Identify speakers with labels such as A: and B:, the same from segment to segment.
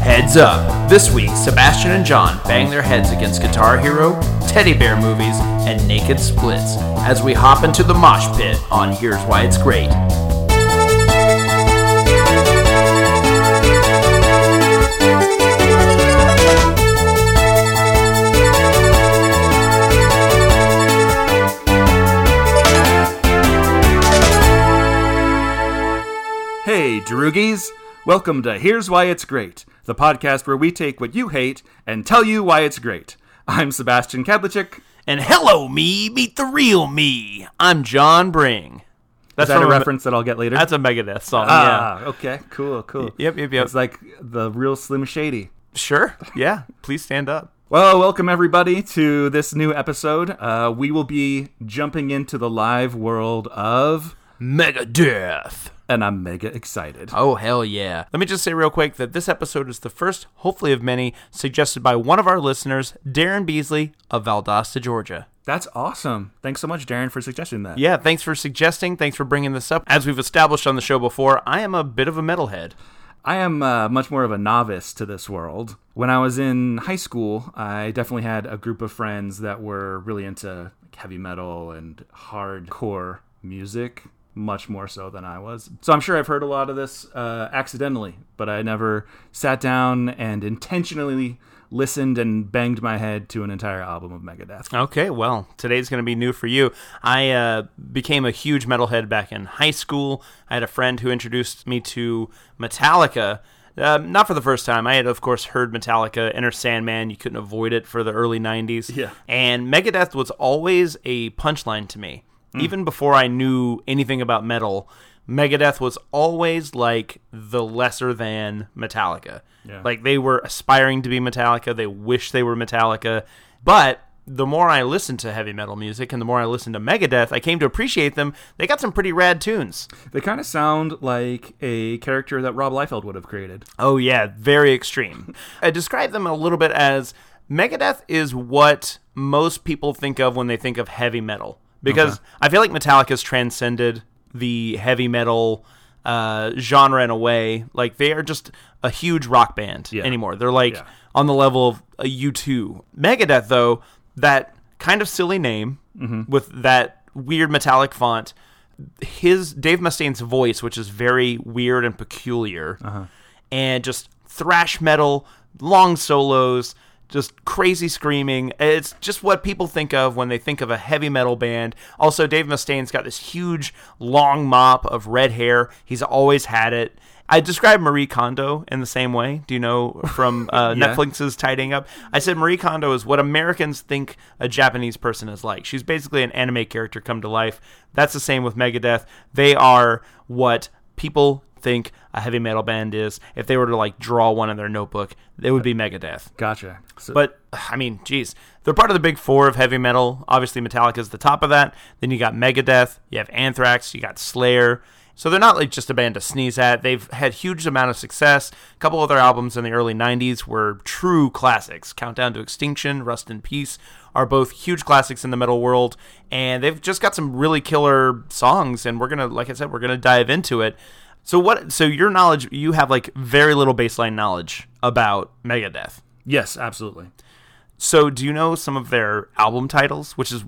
A: Heads up! This week, Sebastian and John bang their heads against Guitar Hero, teddy bear movies, and naked splits as we hop into the mosh pit on Here's Why It's Great.
B: Hey, Droogies! Welcome to Here's Why It's Great, the podcast where we take what you hate and tell you why it's great. I'm Sebastian Kadlicek.
A: And hello, me! Meet the real me! I'm John Bring.
B: Is
A: That's
B: that a
A: from Me-
B: reference that I'll get later?
A: That's a Megadeth song,
B: ah, okay, cool, cool.
A: Yep, yep, yep.
B: It's like the real Slim Shady.
A: yeah. Sure. Yeah. Please stand up.
B: Well, welcome everybody to this new episode. Uh, we will be jumping into the live world of,
A: Megadeth!
B: and I'm mega excited.
A: Oh, hell yeah. Let me just say real quick that this episode is the first, hopefully, of many, suggested by one of our listeners, Darren Beasley of Valdosta, Georgia.
B: That's awesome. Thanks so much, Darren, for suggesting that.
A: Yeah, thanks for suggesting. Thanks for bringing this up. As we've established on the show before, I am a bit of a metalhead.
B: I am uh, much more of a novice to this world. When I was in high school, I definitely had a group of friends that were really into like, heavy metal and hardcore music, much more so than I was. So I'm sure I've heard a lot of this uh, accidentally, but I never sat down and intentionally listened and banged my head to an entire album of Megadeth.
A: Okay, well, today's going to be new for you. I uh, became a huge metalhead back in high school. I had a friend who introduced me to Metallica. Um, not for the first time. I had, of course, heard Metallica, Enter Sandman. You couldn't avoid it for the early 90s.
B: Yeah.
A: And Megadeth was always a punchline to me. Even before I knew anything about metal, Megadeth was always like the lesser than Metallica.
B: Yeah.
A: Like they were aspiring to be Metallica, they wish they were Metallica, but the more I listened to heavy metal music and the more I listened to Megadeth, I came to appreciate them. They got some pretty rad tunes.
B: They kind of sound like a character that Rob Liefeld would have created.
A: Oh yeah, very extreme. I describe them a little bit as Megadeth is what most people think of when they think of heavy metal because I feel like Metallica's transcended the heavy metal uh, genre in a way. Like they are just a huge rock band anymore. They're like
B: Yeah.
A: on the level of a U2. Megadeth though, that kind of silly name with that weird metallic font his Dave Mustaine's voice, which is very weird and peculiar, and just thrash metal, long solos, just crazy screaming. It's just what people think of when they think of a heavy metal band. Also, Dave Mustaine's got this huge long mop of red hair. He's always had it. I described Marie Kondo in the same way. Do you know from uh,
B: Yeah.
A: Netflix's Tidying Up? I said Marie Kondo is what Americans think a Japanese person is like. She's basically an anime character come to life. That's the same with Megadeth. They are what people think a heavy metal band is. If they were to like draw one in their notebook, it would be Megadeth.
B: Gotcha. So,
A: But I mean, geez, they're part of the big four of heavy metal. Obviously, Metallica is the top of that. Then you got Megadeth, you have Anthrax, you got Slayer. So they're not like just a band to sneeze at. They've had huge amount of success. A couple of their albums in the early '90s were true classics. Countdown to Extinction, Rust in Peace are both huge classics in the metal world, and they've just got some really killer songs. And we're gonna, like I said, we're gonna dive into it. So what? So your knowledge, you have like very little baseline knowledge about Megadeth.
B: yes, absolutely.
A: So, do you know some of their album titles? Which is,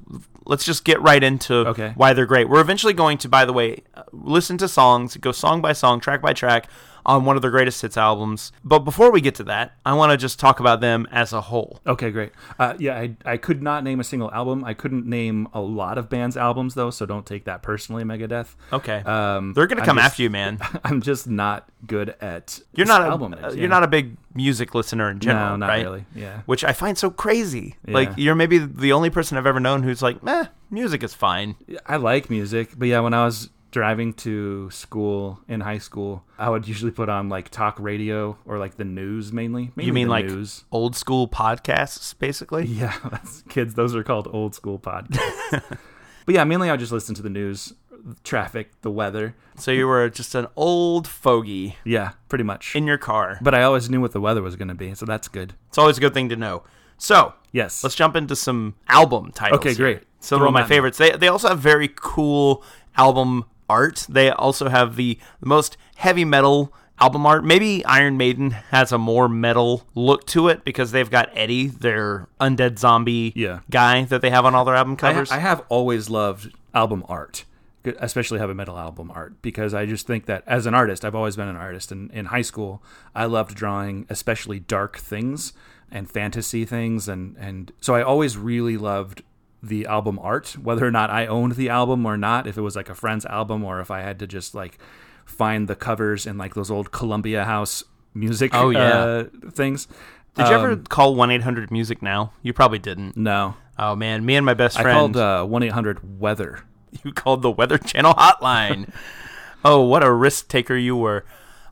A: let's just get right into
B: Okay.
A: why they're great. We're eventually going to, by the way, uh, listen to songs, go song by song, track by track on one of their greatest hits albums. But before we get to that, I want to just talk about them as a whole.
B: Okay, great. Uh, yeah, I, I could not name a single album. I couldn't name a lot of bands' albums though, so don't take that personally, Megadeth.
A: Okay.
B: Um,
A: they're going to
B: I'm
A: come
B: just-
A: after you, man.
B: I'm just not good at.
A: You're not a
B: album.
A: uh,
B: names, yeah.
A: you're not a big music listener in general,
B: No, not
A: right?
B: really, yeah.
A: Which I find so crazy.
B: Yeah.
A: Like you're maybe the only person I've ever known who's like, "Meh, music is fine."
B: I like music, but yeah, when I was driving to school in high school, I would usually put on like talk radio or like the news mainly. Mainly
A: You mean
B: the
A: like
B: news?
A: old school podcasts basically?
B: Yeah, that's, kids, those are called old school podcasts. but yeah, mainly I would just listen to the news, traffic, the weather.
A: So you were just an old fogey
B: Yeah, pretty much.
A: in your car.
B: but I always knew what the weather was going to be, so that's good.
A: It's always a good thing to know. So
B: Yes.
A: let's jump into some album titles.
B: Okay,
A: here.
B: great.
A: Some
B: Throw
A: of my
B: 'em at me.
A: favorites. They they also have very cool album art. They also have the most heavy metal album art. Maybe Iron Maiden has a more metal look to it because they've got Eddie, their undead zombie
B: Yeah.
A: guy that they have on all their album
B: I,
A: covers.
B: I have always loved album art, especially heavy metal album art, because I just think that as an artist, I've always been an artist. And in high school, I loved drawing, especially dark things and fantasy things, and and so I always really loved the album art, whether or not I owned the album or not, if it was like a friend's album or if I had to just like find the covers in like those old Columbia House music
A: Oh, yeah.
B: uh, things.
A: Did you
B: um,
A: ever call 1 800 Music Now? You probably didn't.
B: No.
A: Oh, man. Me and my best
B: I
A: friend.
B: called uh, one eight hundred weather.
A: you called the Weather Channel hotline. oh, what a risk taker you were.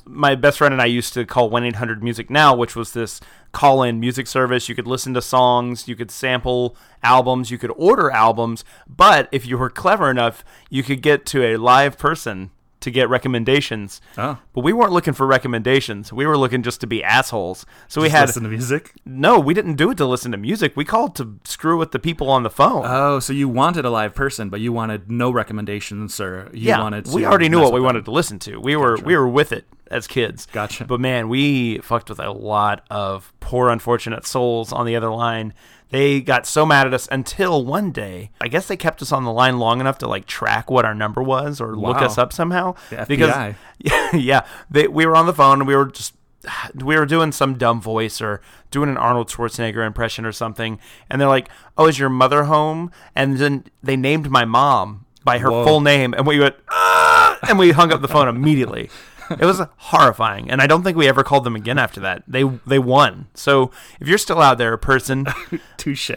A: My best friend and I used to call 1 800 Music Now, which was this call in music service. You could listen to songs, you could sample albums, you could order albums, but if you were clever enough, you could get to a live person to get recommendations.
B: Oh.
A: But we weren't looking for recommendations. We were looking just to be assholes. So we had
B: listen to music.
A: no, we didn't do it to listen to music. We called to screw with the people on the phone.
B: Oh, so you wanted a live person, but you wanted no recommendations, or you
A: yeah,
B: wanted. To
A: we already knew
B: mess
A: what we
B: with
A: wanted to listen to. We were we were with it as kids.
B: Gotcha.
A: But man, we fucked with a lot of poor unfortunate souls on the other line. They got so mad at us until one day. I guess they kept us on the line long enough to like track what our number was or look
B: Wow.
A: us up somehow.
B: The FBI.
A: Because yeah, yeah, they, we were on the phone and we were just we were doing some dumb voice or doing an Arnold Schwarzenegger impression or something, and they're like, "Oh, is your mother home?" And then they named my mom by her
B: Whoa.
A: full name, and we went, "Ah!" and we hung up the phone immediately. It was horrifying, and I don't think we ever called them again after that. They they won. So if you're still out there, person,
B: Touche.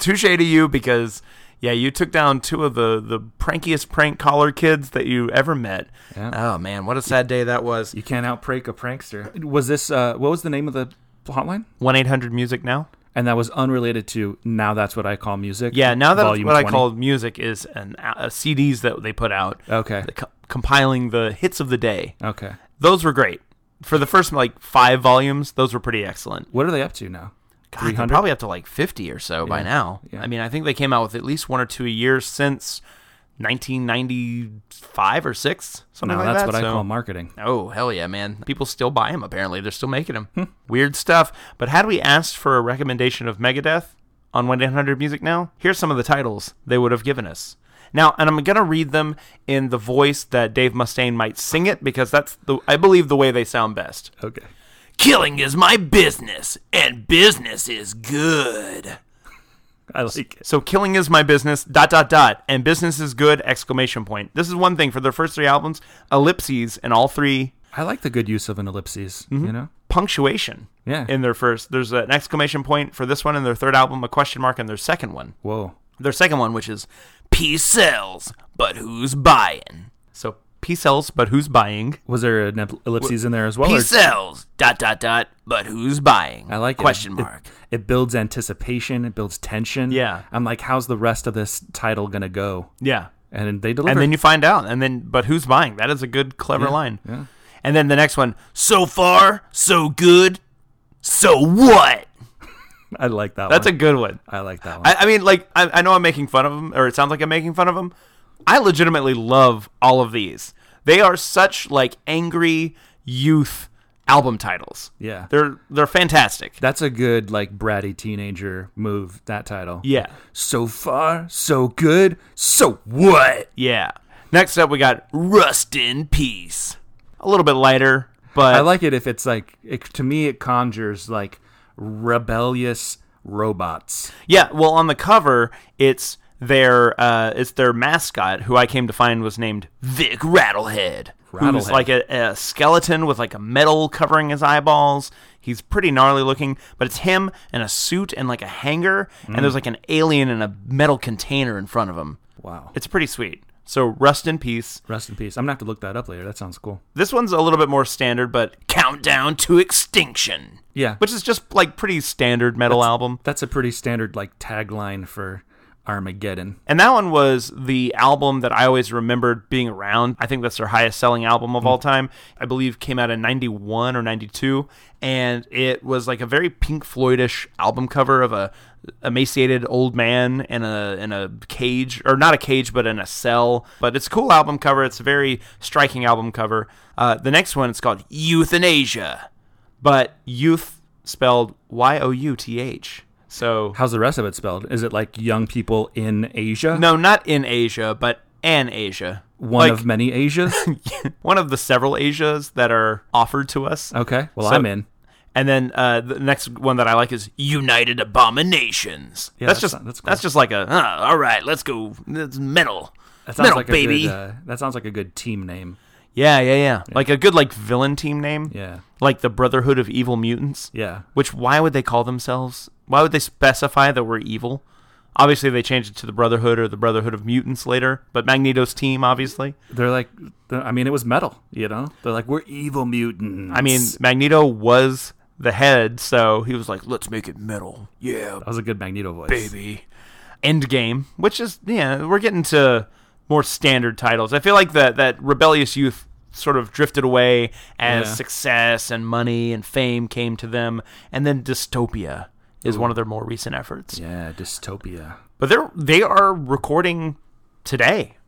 A: touche to you because yeah, you took down two of the the prankiest prank caller kids that you ever met. Oh man, what a sad day that was.
B: you can't outprank a prankster. Was this? Uh, what was the name of the hotline?
A: One eight hundred music now.
B: And that was unrelated to now. That's what I call music.
A: Yeah, now that
B: Volume
A: what I
B: 20?
A: call music is an uh, CDs that they put out,
B: Okay.
A: the co- compiling the hits of the day.
B: Okay.
A: Those were great. For the first like five volumes, those were pretty excellent.
B: What are they up to now?
A: God, they're probably up to like 50 or so by now. I mean, I think they came out with at least one or two a year since 1995 or 6, something
B: Now
A: like
B: that's
A: that.
B: what I
A: so-
B: call marketing.
A: Oh, hell yeah, man. People still buy them, apparently. They're still making them. Weird stuff. But had we asked for a recommendation of Megadeth on 1 800 Music Now, here's some of the titles they would have given us. Now, and I'm going to read them in the voice that Dave Mustaine might sing it because that's, the, I believe, the way they sound best.
B: Okay.
A: Killing is my business, and business is good.
B: I like it.
A: So killing is my business, dot dot dot, and business is good, exclamation point. This is one thing for their first three albums, ellipses in all three
B: I like the good use of an ellipses. You know.
A: punctuation.
B: Yeah.
A: In their first there's an exclamation point for this one in their third album, a question mark in their second one.
B: Whoa.
A: Their second one, which is Peace sells, but who's buying? So peace sells, but who's buying?
B: Was there an ep- ellipses in there as well? or-
A: Peace sells, dot dot dot, but who's buying?
B: Oh, I like it.
A: question
B: It-
A: mark.
B: It, builds anticipation. It builds tension.
A: Yeah.
B: I'm like, how's the rest of this title gonna go?
A: yeah.
B: And they deliver.
A: And then you find out, and then but who's buying? That is a good, clever line. And then the next one, so far, so good, so what?
B: I like that.
A: That's a
B: one.
A: good one.
B: I like that one.
A: I, I mean, like I, I know I'm making fun of them, or it sounds like I'm making fun of them. I legitimately love all of these. They are such like angry youth album titles.
B: Yeah.
A: they're they're fantastic.
B: That's a good like bratty teenager move. That title.
A: yeah,
B: So far, so good. So what?
A: yeah. Next up, we got Rust in Peace. A little bit lighter, but
B: I like it if it's like it, to me it conjures like rebellious robots.
A: Yeah, well, on the cover, it's their uh, it's their mascot, who I came to find was named Vic Rattlehead, who's
B: Rattlehead.
A: like a, a skeleton with like a metal covering his eyeballs. He's pretty gnarly looking, but it's him in a suit and like a hanger, and there's like an alien in a metal container in front of him.
B: Wow.
A: It's pretty sweet. So rest in peace.
B: Rest in peace. I'm gonna have to look that up later. That sounds cool.
A: This one's a little bit more standard, but countdown to extinction.
B: Yeah.
A: which is just like pretty standard metal album.
B: That's a pretty standard like tagline for Armageddon.
A: And that one was the album that I always remembered being around. I think that's their highest selling album of all time. I believe came out in 91 or 92 and it was like a very Pink Floydish album cover of a emaciated old man in a in a cage or not a cage but in a cell. But it's a cool album cover. It's a very striking album cover. Uh, the next one it's called Euthanasia. But youth spelled Y O U T H. So
B: How's the rest of it spelled? Is it like young people in Asia?
A: No, not in Asia, but an Asia.
B: One
A: Like,
B: of many Asias?
A: one of the several Asias that are offered to us.
B: Okay. Well,
A: So-
B: I'm in.
A: And then uh, the next one that I like is United Abominations.
B: Yeah, that's
A: that's, just
B: not- that's
A: that's,
B: cool.
A: just like a "Huh, all right, let's go. It's metal.
B: That sounds
A: metal
B: like a
A: baby.
B: good. Uh, that sounds like a good team name.
A: yeah, yeah, yeah, Like a good like villain team name.
B: Yeah.
A: Like the Brotherhood of Evil Mutants.
B: Yeah.
A: Which why would they call themselves? Why would they specify that we're evil? Obviously, they changed it to the Brotherhood or the Brotherhood of Mutants later. But Magneto's team, obviously.
B: They're like. they're- I mean, it was metal. You know. They're like we're evil mutants.
A: I mean, Magneto was the head, so he was like, "Let's make it metal, yeah,
B: that was a good Magneto voice.
A: baby." Endgame, which is yeah, we're getting to more standard titles. I feel like that that rebellious youth sort of drifted away as
B: Yeah.
A: success and money and fame came to them, and then dystopia is one of their more recent efforts.
B: Yeah. Dystopia.
A: But they're they are recording today,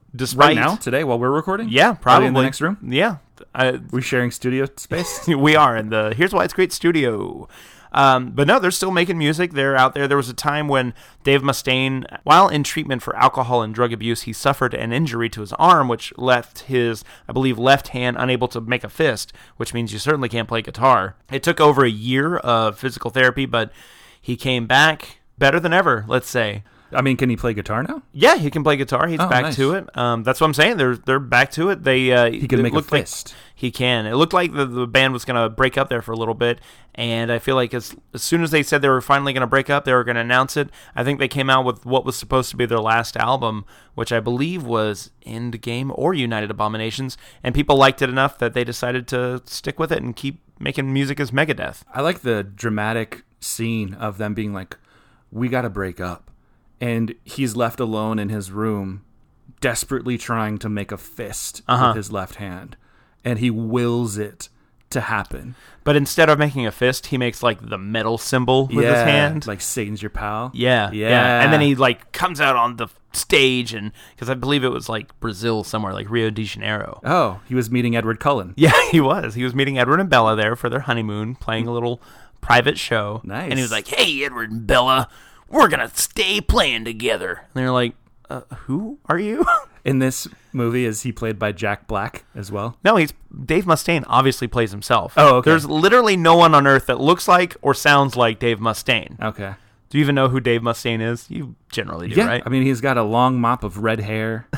B: Right
A: despite
B: now, today, while we're recording.
A: Yeah, probably
B: in the next room.
A: Yeah, I,
B: We're sharing studio space.
A: we are in the here's why it's great studio um, but no they're still making music they're out there there was a time when dave mustaine while in treatment for alcohol and drug abuse he suffered an injury to his arm which left his i believe left hand unable to make a fist which means you certainly can't play guitar it took over a year of physical therapy but he came back better than ever let's say
B: I mean, can he play guitar now?
A: yeah, he can play guitar. He's
B: Oh,
A: back
B: nice.
A: to it. Um, that's what I'm saying. They're they're back to it. They uh,
B: He can
A: it
B: make a
A: looked like-
B: fist.
A: he can. It looked like the, the band was going to break up there for a little bit, and I feel like as as soon as they said they were finally going to break up, they were going to announce it. I think they came out with what was supposed to be their last album, which I believe was Endgame or United Abominations, and people liked it enough that they decided to stick with it and keep making music as Megadeth.
B: I like the dramatic scene of them being like, "We got to break up," and he's left alone in his room, desperately trying to make a fist
A: Uh-huh.
B: with his left hand, and he wills it to happen
A: But instead of making a fist, he makes like the metal symbol with his hand.
B: like Satan's your pal.
A: Yeah,
B: yeah,
A: And then he like comes out on the stage and because I believe it was like Brazil somewhere, like Rio de Janeiro.
B: Oh, he was meeting Edward Cullen.
A: Yeah, he was. He was meeting Edward and Bella there for their honeymoon, playing a little private show.
B: Nice.
A: And he was like, "Hey, Edward and Bella, we're gonna stay playing together." And they're like, uh, "Who are you?"
B: In this movie, is he played by Jack Black as well?
A: No, he's Dave Mustaine. Obviously, plays himself.
B: Oh, okay.
A: There's literally no one on earth that looks like or sounds like Dave Mustaine.
B: Okay.
A: Do you even know who Dave Mustaine is? You generally do,
B: Yeah,
A: right?
B: I mean, he's got a long mop of red hair.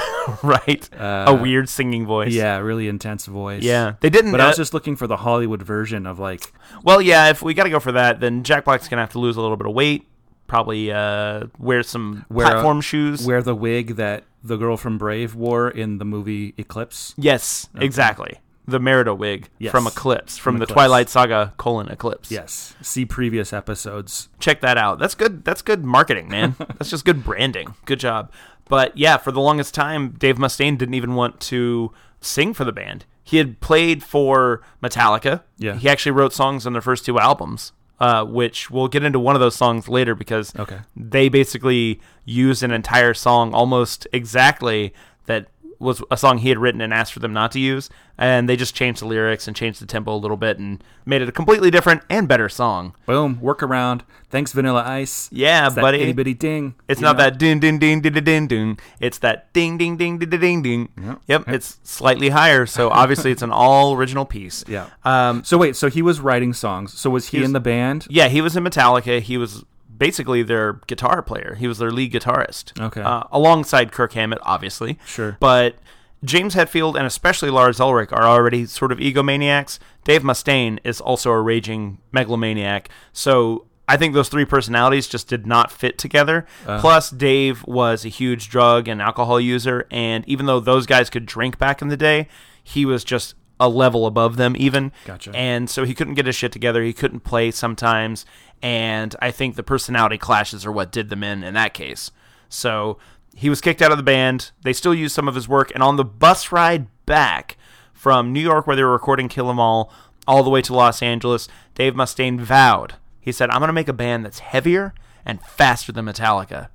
A: right.
B: Uh,
A: a weird singing voice.
B: yeah, really intense voice.
A: Yeah, they didn't.
B: But I
A: uh,
B: was just looking for the Hollywood version of like
A: well, yeah. If we got to go for that, then Jack Black's gonna have to lose a little bit of weight. Probably uh, wear some
B: Wear a-
A: platform shoes.
B: wear the wig that the girl from Brave wore in the movie Eclipse.
A: yes, exactly. The Merida wig
B: Yes.
A: from Eclipse, from, the
B: Eclipse.
A: Twilight Saga colon Eclipse.
B: Yes. See previous episodes.
A: check that out. That's good. That's good marketing, man. that's just good branding. Good job. But yeah, for the longest time, Dave Mustaine didn't even want to sing for the band. He had played for Metallica.
B: Yeah.
A: he actually wrote songs on their first two albums, uh, which we'll get into one of those songs later because
B: Okay.
A: they basically used an entire song almost exactly that was a song he had written and asked for them not to use and they just changed the lyrics and changed the tempo a little bit and made it a completely different and better song
B: Boom. Workaround. Thanks, Vanilla Ice.
A: yeah
B: It's that
A: buddy
B: itty bitty ding.
A: it's
B: you
A: not
B: know?
A: that ding ding ding ding ding ding. It's that ding ding ding ding ding ding. Yep. It's slightly higher, so obviously it's an all original piece.
B: Yeah.
A: Um.
B: So wait, so he was writing songs. So was he in the band?
A: Yeah. He was in Metallica. He was basically their guitar player. He was their lead guitarist.
B: Okay.
A: Uh, alongside Kirk Hammett, obviously.
B: Sure.
A: But James Hetfield and especially Lars Ulrich are already sort of egomaniacs. Dave Mustaine is also a raging megalomaniac. So I think those three personalities just did not fit together.
B: Uh.
A: Plus, Dave was a huge drug and alcohol user. And even though those guys could drink back in the day, he was just a level above them, even.
B: Gotcha.
A: And so he couldn't get his shit together. He couldn't play sometimes. And I think the personality clashes are what did them in in that case. So he was kicked out of the band. They still used some of his work. And on the bus ride back from New York, where they were recording Kill 'Em All, all the way to Los Angeles, Dave Mustaine vowed. He said, I'm going to make a band that's heavier and faster than Metallica.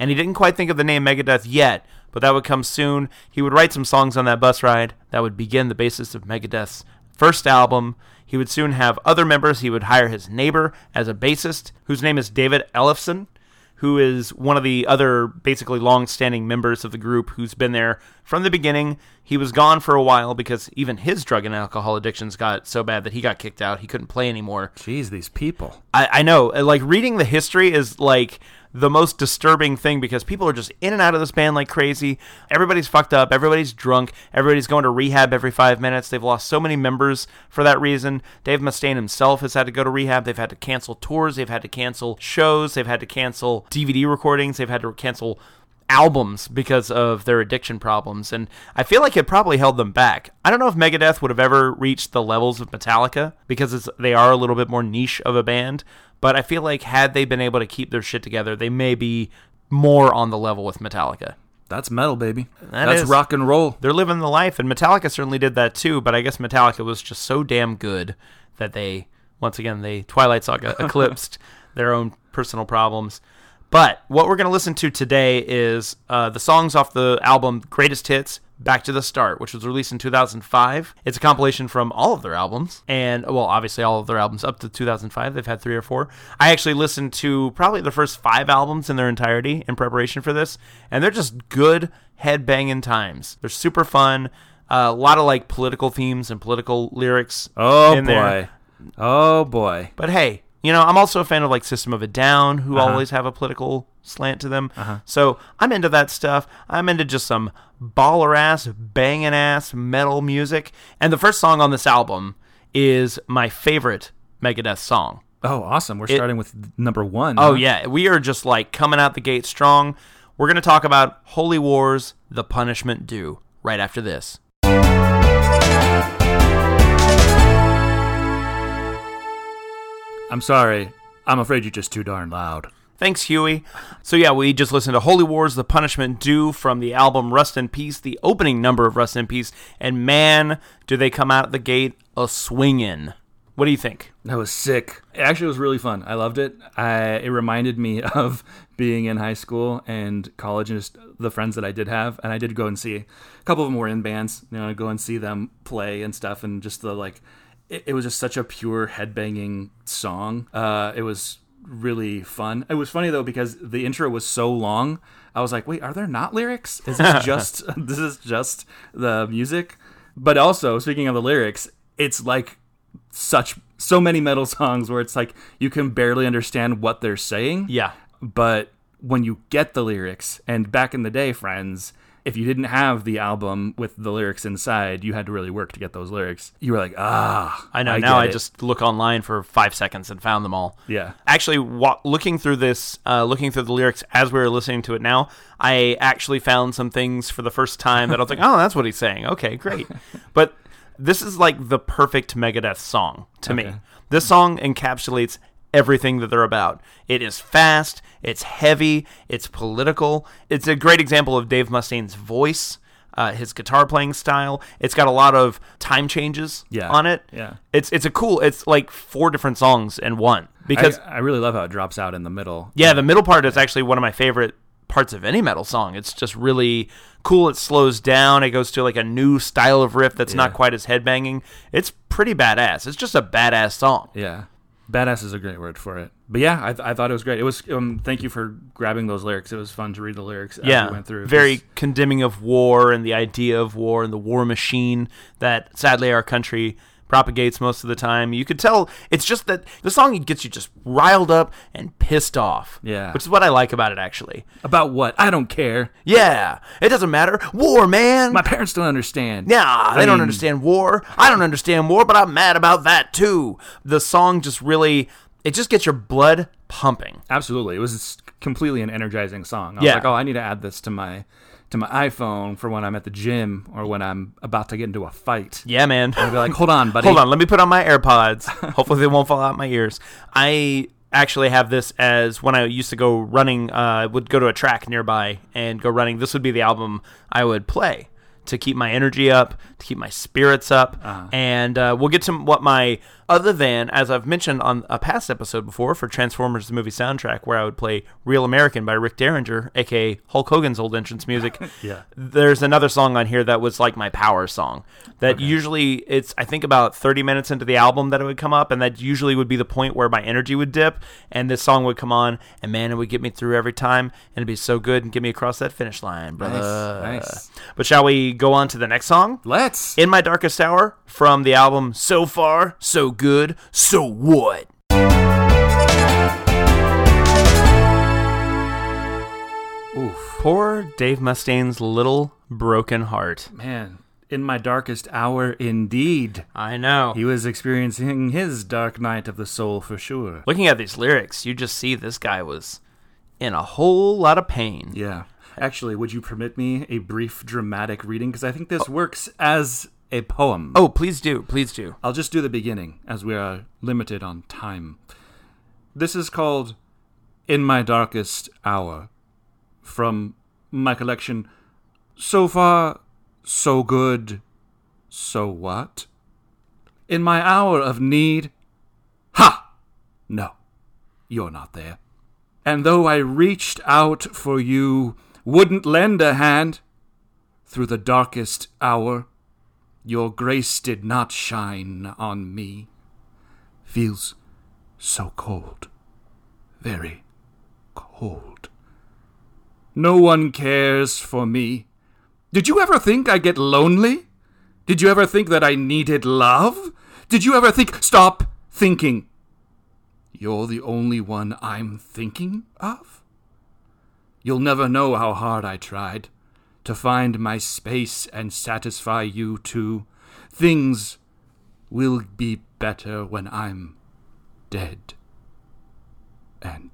A: And he didn't quite think of the name Megadeth yet, but that would come soon. He would write some songs on that bus ride that would begin the basis of Megadeth's first album. He would soon have other members. He would hire his neighbor as a bassist, whose name is David Ellefson, who is one of the other basically long-standing members of the group who's been there from the beginning. He was gone for a while because even his drug and alcohol addictions got so bad that he got kicked out. He couldn't play anymore.
B: Jeez, these people.
A: I, I know. Like reading the history is like the most disturbing thing because people are just in and out of this band like crazy. Everybody's fucked up. Everybody's drunk. Everybody's going to rehab every five minutes. They've lost so many members for that reason. Dave Mustaine himself has had to go to rehab. They've had to cancel tours. They've had to cancel shows. They've had to cancel DVD recordings. They've had to cancel albums because of their addiction problems and I feel like it probably held them back. I don't know if Megadeth would have ever reached the levels of Metallica because it's, they are a little bit more niche of a band, but I feel like had they been able to keep their shit together, they may be more on the level with Metallica.
B: That's metal, baby.
A: That
B: That's
A: is.
B: rock and roll.
A: They're living the life and Metallica certainly did that too, but I guess Metallica was just so damn good that they once again they Twilight Saga eclipsed their own personal problems. But what we're going to listen to today is uh, the songs off the album Greatest Hits Back to the Start, which was released in 2005. It's a compilation from all of their albums. And, well, obviously, all of their albums up to 2005. They've had three or four. I actually listened to probably the first five albums in their entirety in preparation for this. And they're just good headbanging times. They're super fun. Uh, a lot of like political themes and political lyrics.
B: Oh
A: in
B: boy.
A: there.
B: Oh boy.
A: But hey, you know, I'm also a fan of like System of a Down, who always have a political slant to them. So I'm into that stuff. I'm into just some baller ass, banging ass metal music. And the first song on this album is my favorite Megadeth song.
B: Oh, awesome. We're starting with number one.
A: Oh, yeah. We are just like coming out the gate strong. We're going to talk about Holy Wars, The Punishment Due, right after this.
B: I'm sorry. I'm afraid you're just too darn loud.
A: Thanks, Huey. So yeah, we just listened to Holy Wars, The Punishment Due from the album Rust in Peace, the opening number of Rust in Peace, and man, do they come out the gate a swingin'. What do you think?
B: That was sick. It actually was really fun. I loved it. I, it reminded me of being in high school and college and just the friends that I did have. And I did go and see a couple of them were in bands. You know, I'd go and see them play and stuff. And just the like, it, it was just such a pure headbanging song. Uh, it was really fun. It was funny though because the intro was so long. I was like, wait, are there not lyrics? Is this just this is just the music? But also, speaking of the lyrics, it's like such so many metal songs where it's like you can barely understand what they're saying.
A: Yeah.
B: But when you get the lyrics, and back in the day, friends, if you didn't have the album with the lyrics inside, you had to really work to get those lyrics. You were like, ah,
A: I know. now
B: get
A: I
B: it.
A: just look online for five seconds and found them all.
B: Yeah.
A: Actually, wa- looking through this, uh, looking through the lyrics as we were listening to it now, I actually found some things for the first time that I was like, "Oh, that's what he's saying." Okay, great. But this is like the perfect Megadeth song to me. This song encapsulates everything that they're about. It is fast. It's heavy. It's political. It's a great example of Dave Mustaine's voice. Uh, his guitar playing style. It's got a lot of time changes
B: Yeah.
A: on it.
B: Yeah.
A: It's it's a cool. It's like four different songs in one because
B: I, I really love how it drops out in the middle.
A: yeah, the middle part is actually one of my favorite parts of any metal song. It's just really cool. It slows down. It goes to like a new style of riff that's not quite as headbanging. It's pretty badass. It's just a badass song.
B: Yeah. Badass is a great word for it. But yeah, I, th- I thought it was great. It was. Um, thank you for grabbing those lyrics. It was fun to read the lyrics. As
A: yeah,
B: we went through
A: very condemning of war and the idea of war and the war machine that sadly our country propagates most of the time. You could tell it's just that the song gets you just riled up and pissed off.
B: Yeah.
A: which is what I like about it actually.
B: about what I don't care.
A: Yeah, it doesn't matter. War, man.
B: My parents don't understand.
A: Yeah, they don't
B: mean-
A: understand war. I don't understand war, but I'm mad about that too. The song just really it just gets your blood pumping.
B: Absolutely, it was s- completely an energizing song. I was
A: Yeah.
B: like, oh, I need to add this to my to my iPhone for when I'm at the gym or when I'm about to get into a fight.
A: Yeah, man.
B: I'd be like, hold on, buddy.
A: Hold on, let me put on my AirPods. Hopefully they won't fall out my ears. I actually have this as when I used to go running, uh, would go to a track nearby and go running. This would be the album I would play to keep my energy up, to keep my spirits up.
B: Uh-huh.
A: And uh, we'll get to what my other than, as I've mentioned on a past episode before for Transformers the movie soundtrack, where I would play Real American by Rick Derringer, aka Hulk Hogan's old entrance music.
B: Yeah.
A: There's another song on here that was like my power song. That usually it's I think about 30 minutes into the album that it would come up, and that usually would be the point where my energy would dip, and this song would come on, and man, it would get me through every time, and it'd be so good and get me across that finish line, brother.
B: nice.
A: But shall we go on to the next song?
B: Let's.
A: In My Darkest Hour from the album So Far, So Good, So What?
B: Oof.
A: Poor Dave Mustaine's little broken heart.
B: Man, in my darkest hour, indeed.
A: I know.
B: He was experiencing his dark night of the soul for sure.
A: Looking at these lyrics, you just see this guy was in a whole lot of pain.
B: Yeah. Actually, would you permit me a brief dramatic reading? Because I think this works as a poem.
A: Oh, please do, please do.
B: I'll just do the beginning, as we are limited on time. This is called In My Darkest Hour from my collection So Far, So Good, So What? In my hour of need, Ha! No, you're not there. And though I reached out for you, wouldn't lend a hand through the darkest hour. Your grace did not shine on me. Feels so cold. Very cold. No one cares for me. Did you ever think I get lonely? Did you ever think that I needed love? Did you ever think. Stop thinking. You're the only one I'm thinking of? You'll never know how hard I tried to find my space and satisfy you too. Things will be better when I'm dead and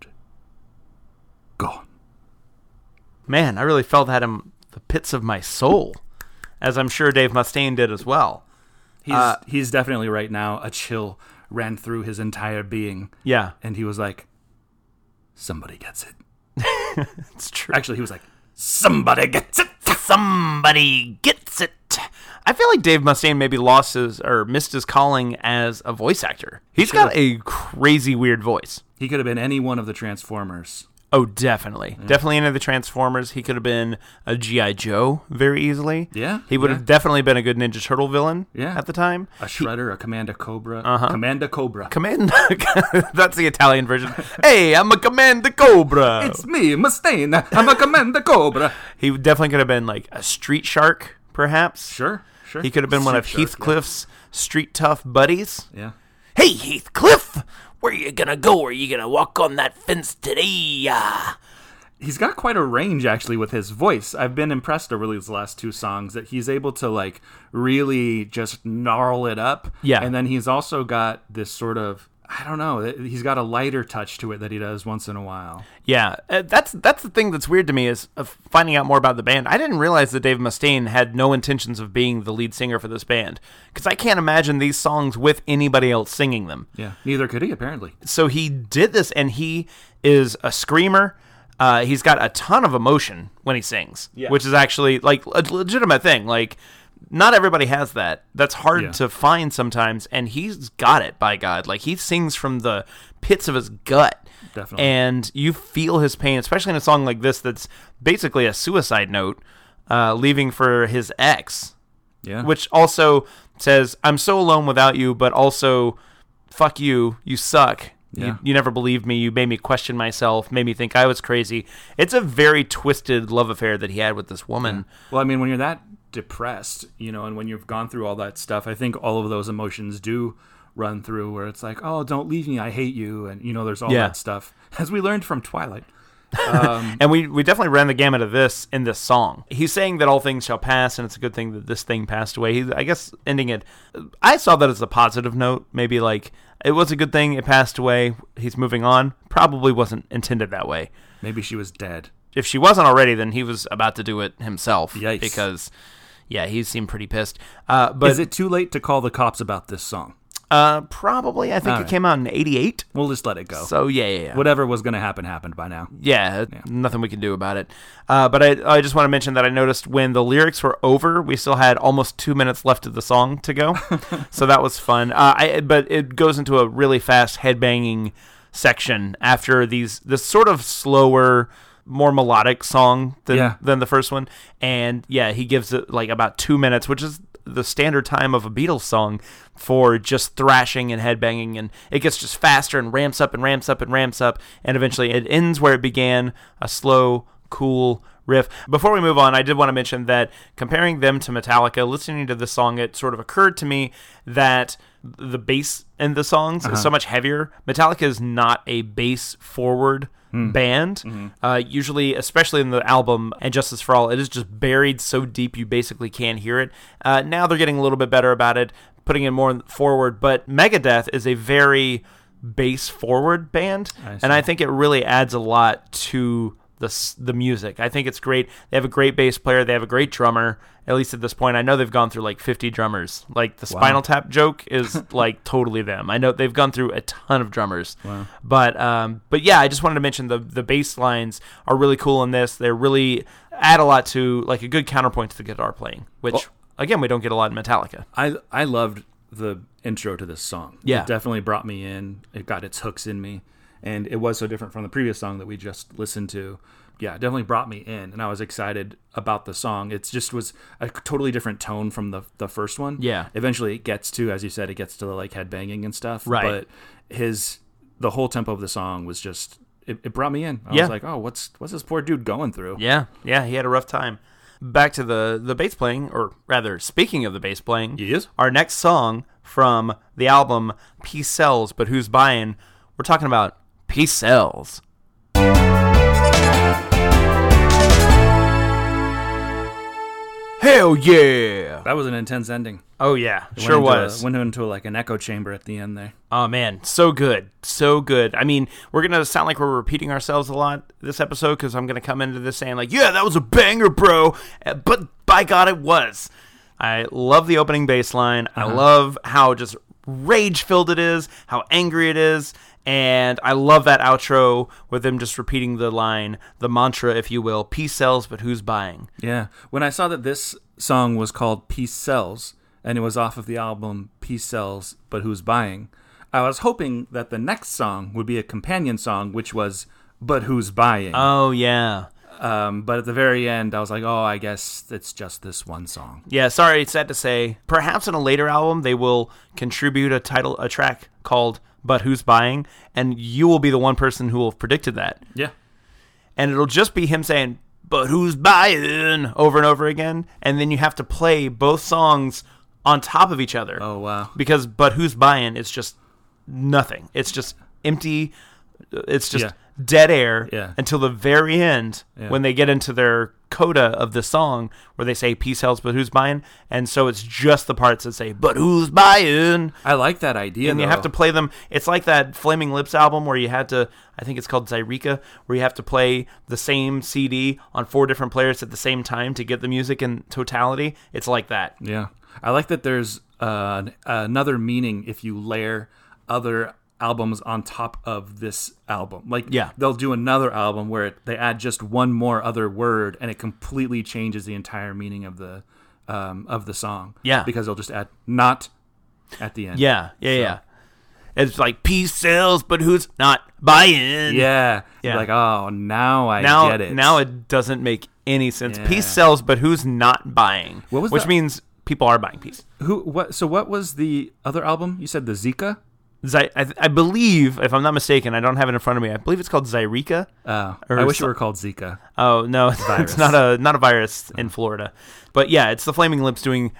B: gone.
A: Man, I really felt that in the pits of my soul, as I'm sure Dave Mustaine did as well.
B: He's he's definitely right now a chill ran through his entire being
A: Yeah,
B: and he was like somebody gets it.
A: it's true.
B: Actually he was like somebody gets it.
A: Somebody gets it. I feel like Dave Mustaine maybe lost his or missed his calling as a voice actor. He's got a crazy weird voice.
B: He could have been any one of the transformers.
A: Oh, definitely. Definitely into the Transformers. He could have been a G.I. Joe very easily.
B: Yeah,
A: He would
B: yeah.
A: have definitely been a good Ninja Turtle villain
B: Yeah.
A: at the time.
B: A shredder, a commander cobra, uh commander cobra.
A: Command. That's the Italian version. hey, I'm a Commander Cobra.
B: It's me, Mustaine. I'm a commander cobra.
A: he definitely could have been like a Street Shark, perhaps.
B: Sure, sure.
A: He could have been one of
B: Street Shark,
A: Heathcliff's street tough buddies.
B: Yeah.
A: Hey, Heathcliff, where you gonna go? Are you gonna walk on that fence today? Uh,
B: He's got quite a range actually with his voice. I've been impressed over these last two songs that he's able to like really just gnarl it up.
A: Yeah.
B: And then he's also got this sort of I don't know, he's got a lighter touch to it that he does once in a while.
A: yeah, uh, that's that's the thing that's weird to me is of finding out more about the band. I didn't realize that Dave Mustaine had no intentions of being the lead singer for this band because I can't imagine these songs with anybody else singing them.
B: Yeah. Neither could he apparently.
A: so he did this and he is a screamer uh, he's got a ton of emotion when he sings which is actually like a legitimate thing like not everybody has that that's hard
B: Yeah.
A: to find sometimes and he's got it by god like he sings from the pits of his gut
B: Definitely.
A: and you feel his pain especially in a song like this that's basically a suicide note uh, leaving for his ex
B: Yeah.
A: which also says i'm so alone without you but also fuck you you suck
B: Yeah.
A: you, you never believed me you made me question myself made me think i was crazy it's a very twisted love affair that he had with this woman
B: Well, I mean, when you're that depressed, you know, and when you've gone through all that stuff, I think all of those emotions do run through where it's like, oh, don't leave me, I hate you, and you know, there's all
A: Yeah.
B: that stuff, as we learned from Twilight.
A: and we, we definitely ran the gamut of this in this song he's saying that all things shall pass and it's a good thing that this thing passed away He's i guess ending it i saw that as a positive note maybe like it was a good thing it passed away he's moving on probably wasn't intended that way
B: Maybe she was dead.
A: if she wasn't already, then he was about to do it himself.
B: Yikes.
A: Because, yeah, he seemed pretty pissed. Uh, but
B: Is it too late to call the cops about this song?
A: Uh, probably. I think it
B: right.
A: came out in '88.
B: We'll just let it go.
A: So yeah, yeah, yeah.
B: Whatever was going to happen happened by now.
A: Yeah, nothing we can do about it. Uh, but I, I just want to mention that I noticed when the lyrics were over, we still had almost two minutes left of the song to go, so that was fun. Uh, I but it goes into a really fast headbanging section after these this sort of slower, more melodic song than
B: Yeah.
A: than the first one, and yeah, he gives it like about two minutes, which is the standard time of a Beatles song for just thrashing and headbanging, and it gets just faster and ramps up and ramps up and ramps up, and eventually it ends where it began a slow, cool riff. Before we move on, I did want to mention that comparing them to Metallica, listening to this song, it sort of occurred to me that the bass in the songs is so much heavier. Metallica is not a bass forward band. Uh, usually, especially in the album and Justice for All, it is just buried so deep you basically can't hear it. Uh, now they're getting a little bit better about it, putting it more forward. But Megadeth is a very bass forward band, and I think it really adds a lot to the s- the music. I think it's great. They have a great bass player. They have a great drummer. At least at this point, I know they've gone through like 50 drummers. Like the Spinal Tap joke is like totally them. I know they've gone through a ton of drummers. But um, but yeah, I just wanted to mention the the bass lines are really cool in this. They really add a lot to like a good counterpoint to the guitar playing, which again we don't get a lot in Metallica.
B: I I loved the intro to this song.
A: Yeah.
B: it definitely brought me in. It got its hooks in me, and it was so different from the previous song that we just listened to. Yeah, it definitely brought me in, and I was excited about the song. It just was a totally different tone from the the first one.
A: Yeah.
B: eventually it gets to, as you said, it gets to the like headbanging and stuff.
A: Right.
B: but his the whole tempo of the song was just. It, it brought me in. I
A: Yeah.
B: was like, "Oh, what's what's this poor dude going through?"
A: Yeah, yeah, he had a rough time. Back to the the bass playing, or rather, speaking of the bass playing,
B: Yes?
A: our next song from the album "Peace Sells," but who's buying? We're talking about "Peace Sells." Hell yeah!
B: That was an intense ending.
A: Oh yeah,
B: Went
A: sure
B: into a-
A: was.
B: went into like an echo chamber at the end there.
A: Oh man, so good, so good. I mean, we're gonna sound like we're repeating ourselves a lot this episode because I'm gonna come into this saying like, "Yeah, that was a banger, bro," Uh, but by God, it was. I love the opening bass line. I love how just rage filled it is, how angry it is, and I love that outro with them just repeating the line, the mantra, if you will: "Peace sells, but who's buying?"
B: Yeah. When I saw that this song was called Peace Sells and it was off of the album Peace Sells But Who's Buying, I was hoping that the next song would be a companion song, which was But Who's Buying.
A: Oh yeah.
B: um, but at the very end, I was like, oh, I guess it's just this one song.
A: Yeah, sorry, it's sad to say. Perhaps in a later album they will contribute a title a track called But Who's Buying and you will be the one person who will have predicted that.
B: Yeah.
A: And it'll just be him saying But Who's Buying over and over again and then you have to play both songs on top of each other.
B: Oh, wow.
A: Because But Who's Buying is just nothing. It's just empty it's just
B: Yeah.
A: dead air
B: Yeah.
A: until the very end
B: Yeah.
A: when they get into their coda of the song where they say peace helps but who's buying and so it's just the parts that say but who's buying
B: I like that idea.
A: and you have to
B: though.
A: play them it's like that flaming lips album where you had to i think it's called zyreka where you have to play the same cd on four different players at the same time to get the music in totality it's like that
B: Yeah. I like that there's uh, another meaning if you layer other albums on top of this album. Like,
A: Yeah.
B: they'll do another album where it, they add just one more other word and it completely changes the entire meaning of the um, of the song.
A: Yeah.
B: Because they'll just add not at the end.
A: yeah yeah yeah it's like peace sells but who's not buying
B: Yeah.
A: Yeah.
B: Like, oh, now I
A: now,
B: get it.
A: Now it doesn't make any sense.
B: Yeah.
A: Peace sells, but who's not buying?
B: What was
A: Which
B: the-
A: means people are buying peace.
B: Who, what, so what was the other album? You said the Zika?
A: Zy- I, I believe, if I'm not mistaken, I don't have it in front of me. I believe it's called Zyreka.
B: Uh,
A: Or
B: I wish
A: so-
B: it were called Zika.
A: Oh no, it's not a not a virus
B: Uh-huh.
A: in Florida. But yeah, it's the Flaming Lips doing.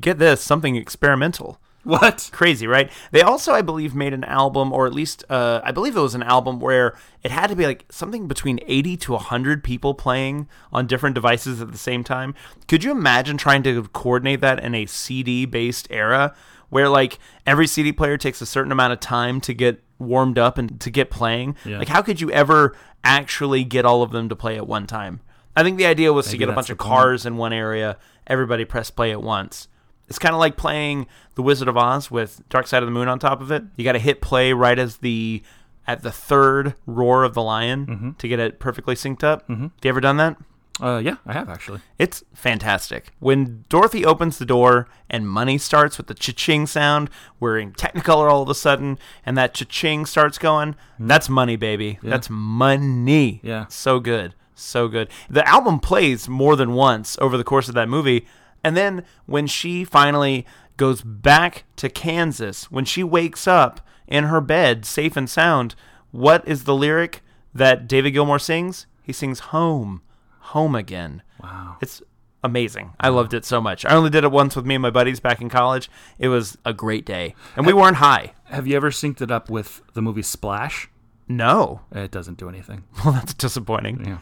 A: Get this, something experimental.
B: What?
A: Crazy, right? They also, I believe, made an album, or at least uh, I believe it was an album where it had to be like something between 80 to 100 people playing on different devices at the same time. Could you imagine trying to coordinate that in a CD based era where like every CD player takes a certain amount of time to get warmed up and to get playing? Like, how could you ever actually get all of them to play at one time? I think the idea was to get a
B: that's
A: bunch
B: the
A: of cars in one area, everybody press play at once It's kind of like playing The Wizard of Oz with Dark Side of the Moon on top of it. You got to hit play right as the at the third roar of the lion to get it perfectly synced up. Mm-hmm. Have you ever done that?
B: Uh, yeah, I have actually.
A: It's fantastic. When Dorothy opens the door and money starts with the cha-ching sound, we're in Technicolor all of a sudden, and that cha-ching starts going, that's money, baby. That's money.
B: Mm-hmm. Yeah.
A: So good. So good. The album plays more than once over the course of that movie. And then when she finally goes back to Kansas, when she wakes up in her bed, safe and sound, what is the lyric that David Gilmour sings? He sings home, home again.
B: Wow.
A: It's amazing. I loved it so much. I only did it once with me and my buddies back in college. It was a great day. And we weren't high.
B: Have you ever synced it up with the movie Splash?
A: No.
B: It doesn't do anything.
A: Well, that's disappointing.
B: Yeah.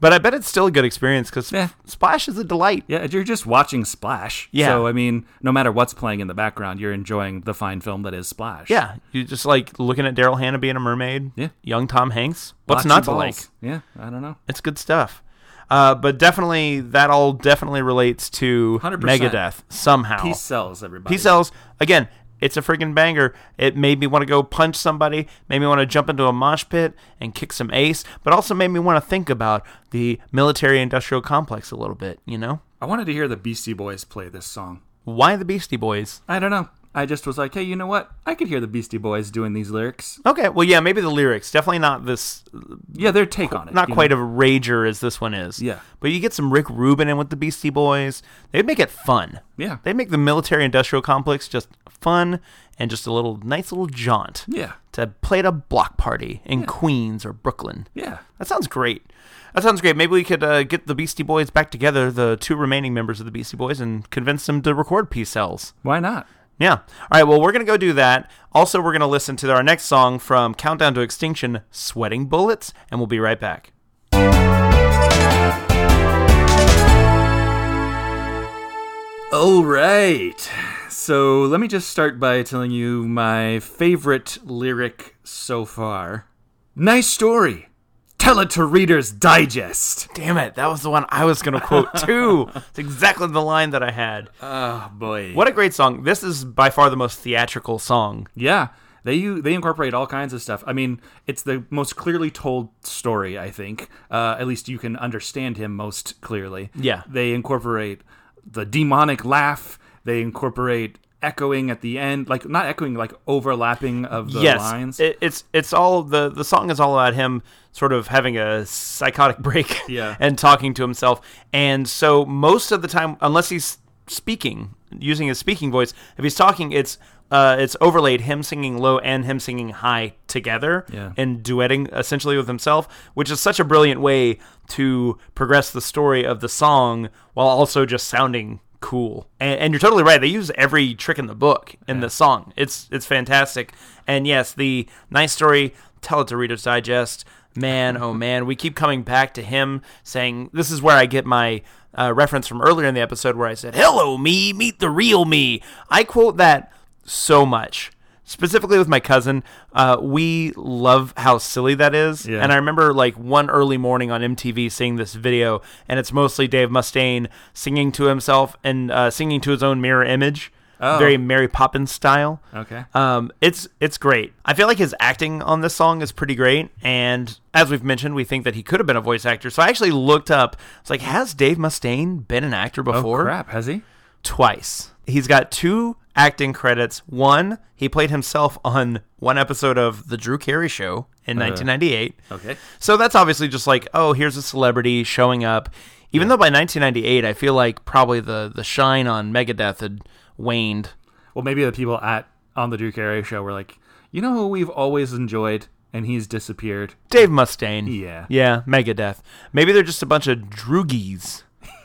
A: But I bet it's still a good experience because
B: Yeah.
A: Splash is a delight.
B: Yeah, you're just watching Splash.
A: Yeah.
B: So I mean, no matter what's playing in the background, you're enjoying the fine film that is Splash.
A: Yeah, you just like looking at Daryl Hannah being a mermaid.
B: Yeah.
A: young Tom Hanks.
B: Lots
A: What's not
B: of
A: to like?
B: balls. Yeah, I don't know.
A: It's good stuff. Uh, but definitely, that all definitely relates to
B: 100%.
A: Megadeth somehow.
B: Peace sells everybody.
A: He sells again. It's a freaking banger. It made me want to go punch somebody, made me want to jump into a mosh pit and kick some ace, but also made me want to think about the military industrial complex a little bit, you know?
B: I wanted to hear the Beastie Boys play this song.
A: Why the Beastie Boys?
B: I don't know. I just was like, hey, you know what? I could hear the Beastie Boys doing these lyrics.
A: Okay, well, yeah, maybe the lyrics. Definitely not this
B: Yeah, their take on it.
A: not
B: you
A: quite
B: know?
A: a rager as this one is.
B: Yeah.
A: But you get some Rick Rubin in with the Beastie Boys. They'd make it fun.
B: Yeah.
A: They'd make the military industrial complex just fun and just a little nice little jaunt
B: Yeah.
A: to play at a block party in Queens or Brooklyn.
B: Yeah.
A: That sounds great. That sounds great. Maybe we could uh, get the Beastie Boys back together, the two remaining members of the Beastie Boys, and convince them to record P Cells.
B: Why not?
A: Yeah. All right. Well, we're going to go do that. Also, we're going to listen to our next song from Countdown to Extinction, Sweating Bullets, and we'll be right back.
B: All right. So let me just start by telling you my favorite lyric so far. Nice story. Tell it to Reader's Digest.
A: Damn it. That was the one I was going to quote too. It's exactly the line that I had.
B: Oh, boy.
A: What a great song. This is by far the most theatrical song.
B: Yeah, they u- they incorporate all kinds of stuff. I mean, it's the most clearly told story. I think uh, at least you can understand him most clearly.
A: Yeah.
B: they incorporate the demonic laugh. They incorporate echoing at the end, like not echoing, like overlapping of the
A: yes.
B: lines.
A: It, it's it's all the the song is all about him sort of having a psychotic break
B: Yeah.
A: and talking to himself. And so most of the time unless he's speaking, using his speaking voice, if he's talking it's uh, it's overlaid him singing low and him singing high together
B: Yeah.
A: and duetting essentially with himself, which is such a brilliant way to progress the story of the song while also just sounding cool. And, and you're totally right; they use every trick in the book in the song. It's it's fantastic. And yes, the nice story. Tell it to Reader's Digest. Man, oh man, we keep coming back to him saying, "This is where I get my." Uh, reference from earlier in the episode where I said, "Hello, me, meet the real me." I quote that so much specifically with my cousin uh, we love how silly that is
B: Yeah.
A: and i remember like one early morning on mtv seeing this video and it's mostly dave mustaine singing to himself and uh, singing to his own mirror image very mary poppins style
B: Oh. Okay.
A: um, it's it's great. I feel like his acting on this song is pretty great, and as we've mentioned, we think that he could have been a voice actor. So I actually looked up. It's like, has Dave Mustaine been an actor before?
B: Oh, Crap, has he?
A: twice. He's got two acting credits. One, he played himself on one episode of The Drew Carey Show in 1998.
B: Okay.
A: So that's obviously just like, oh, here's a celebrity showing up. Even though by 1998, I feel like probably the, the shine on Megadeth had waned.
B: Well, maybe the people at on the Drew Carey show were like, you know, who we've always enjoyed, and he's disappeared.
A: Dave Mustaine.
B: Yeah.
A: Yeah, Megadeth. Maybe they're just a bunch of droogies.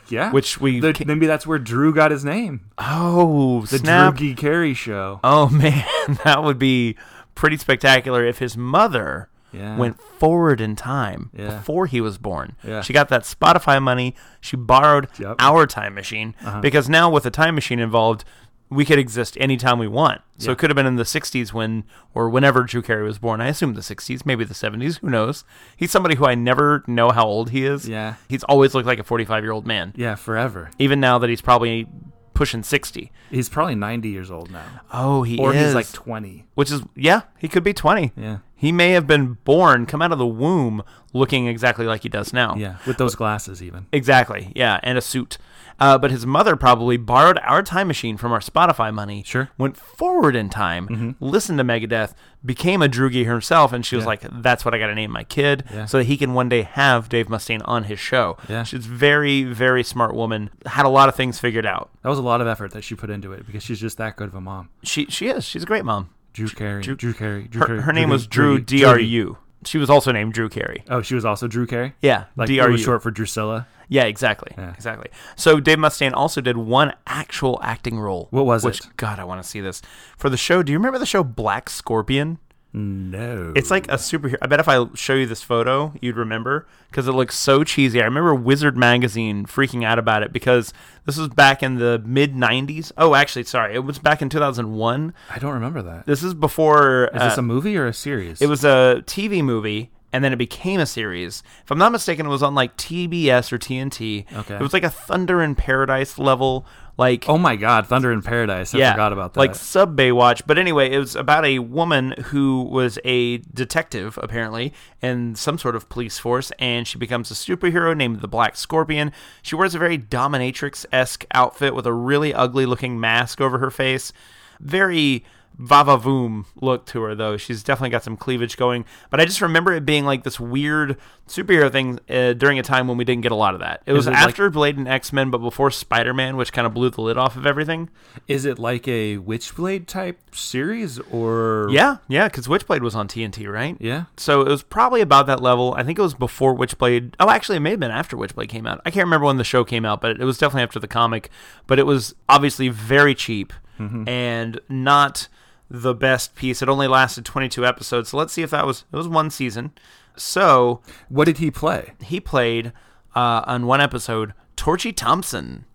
B: Yeah.
A: Which we
B: The-
A: ca-
B: maybe that's where Drew got his name.
A: Oh,
B: The
A: snap.
B: Drew G. Carey show.
A: Oh man, that would be pretty spectacular if his mother
B: Yeah.
A: went forward in time
B: Yeah.
A: before he was born.
B: Yeah.
A: She got that Spotify money. She borrowed
B: Yep. Uh-huh.
A: our time machine because now with a time machine involved, we could exist anytime we want. So it could have been in the 60s when or whenever Drew Carey was born. I assume the 60s, maybe the 70s, who knows. He's somebody who I never know how old he is.
B: Yeah.
A: He's always looked like a 45-year-old man
B: Yeah, forever.
A: even now that he's probably pushing 60.
B: He's probably 90 years old now.
A: Oh, he
B: Or
A: is.
B: he's like 20.
A: Which is, yeah, he could be 20.
B: Yeah.
A: He may have been born, come out of the womb looking exactly like he does now.
B: Yeah. With those glasses, even.
A: Exactly. Yeah, and a suit. Uh, but his mother probably borrowed our time machine from our Spotify money.
B: Sure. Mm-hmm.
A: Went forward in time, listened to Megadeth, became a droogie herself, and she was
B: Yeah.
A: like, "That's what I got to name my kid,
B: Yeah.
A: so that he can one day have Dave Mustaine on his show."
B: Yeah.
A: She's very, very smart woman. Had a lot of things figured out.
B: That was a lot of effort that she put into it because she's just that good of a mom.
A: She she is. She's a great mom.
B: Drew Carey. Drew, Carey. Drew
A: Her,
B: Carey,
A: her name was Drew
B: Drew
A: D R U. She was also named Drew Carey.
B: Oh, she was also Drew Carey?
A: Yeah,
B: Like
A: D R
B: it was
A: U.
B: short for Drusilla.
A: Yeah, exactly.
B: Yeah.
A: Exactly. So Dave Mustaine also did one actual acting role.
B: What was
A: which,
B: it?
A: God, I want to see this. For the show, do you remember the show Black Scorpion?
B: No.
A: It's like a superhero. I bet if I show you this photo, you'd remember because it looks so cheesy. I remember Wizard Magazine freaking out about it because this was back in the mid 90s. Oh, actually, sorry. It was back in 2001.
B: I don't remember that. Is
A: This is before. uh,
B: this a movie or a series?
A: it was a TV movie, and then it became a series. If I'm not mistaken, it was on like TBS or TNT.
B: Okay.
A: It was like a Thunder in Paradise level, like
B: Oh my God, Thunder in Paradise. I
A: yeah,
B: forgot about that.
A: Like sub Baywatch, but anyway, it was about a woman who was a detective apparently in some sort of police force, and she becomes a superhero named the Black Scorpion. She wears a very dominatrix esque outfit with a really ugly looking mask over her face. Very Vava Voom look to her though. She's definitely got some cleavage going, but I just remember it being like this weird superhero thing uh, during a time when we didn't get a lot of that. It was
B: it like-
A: after Blade and X Men, but before Spider Man, which kind of blew the lid off of everything.
B: Is it like a Witchblade type series or
A: Yeah, yeah, because Witchblade was on TNT, right?
B: Yeah.
A: So it was probably about that level. I think it was before Witchblade. Oh, actually, it may have been after Witchblade came out. I can't remember when the show came out, but it was definitely after the comic. But it was obviously very cheap and not the best piece. It only lasted 22 episodes. So let's see if that was it was one season. So
B: What did he play?
A: he played uh, on one episode Torchy Thompson,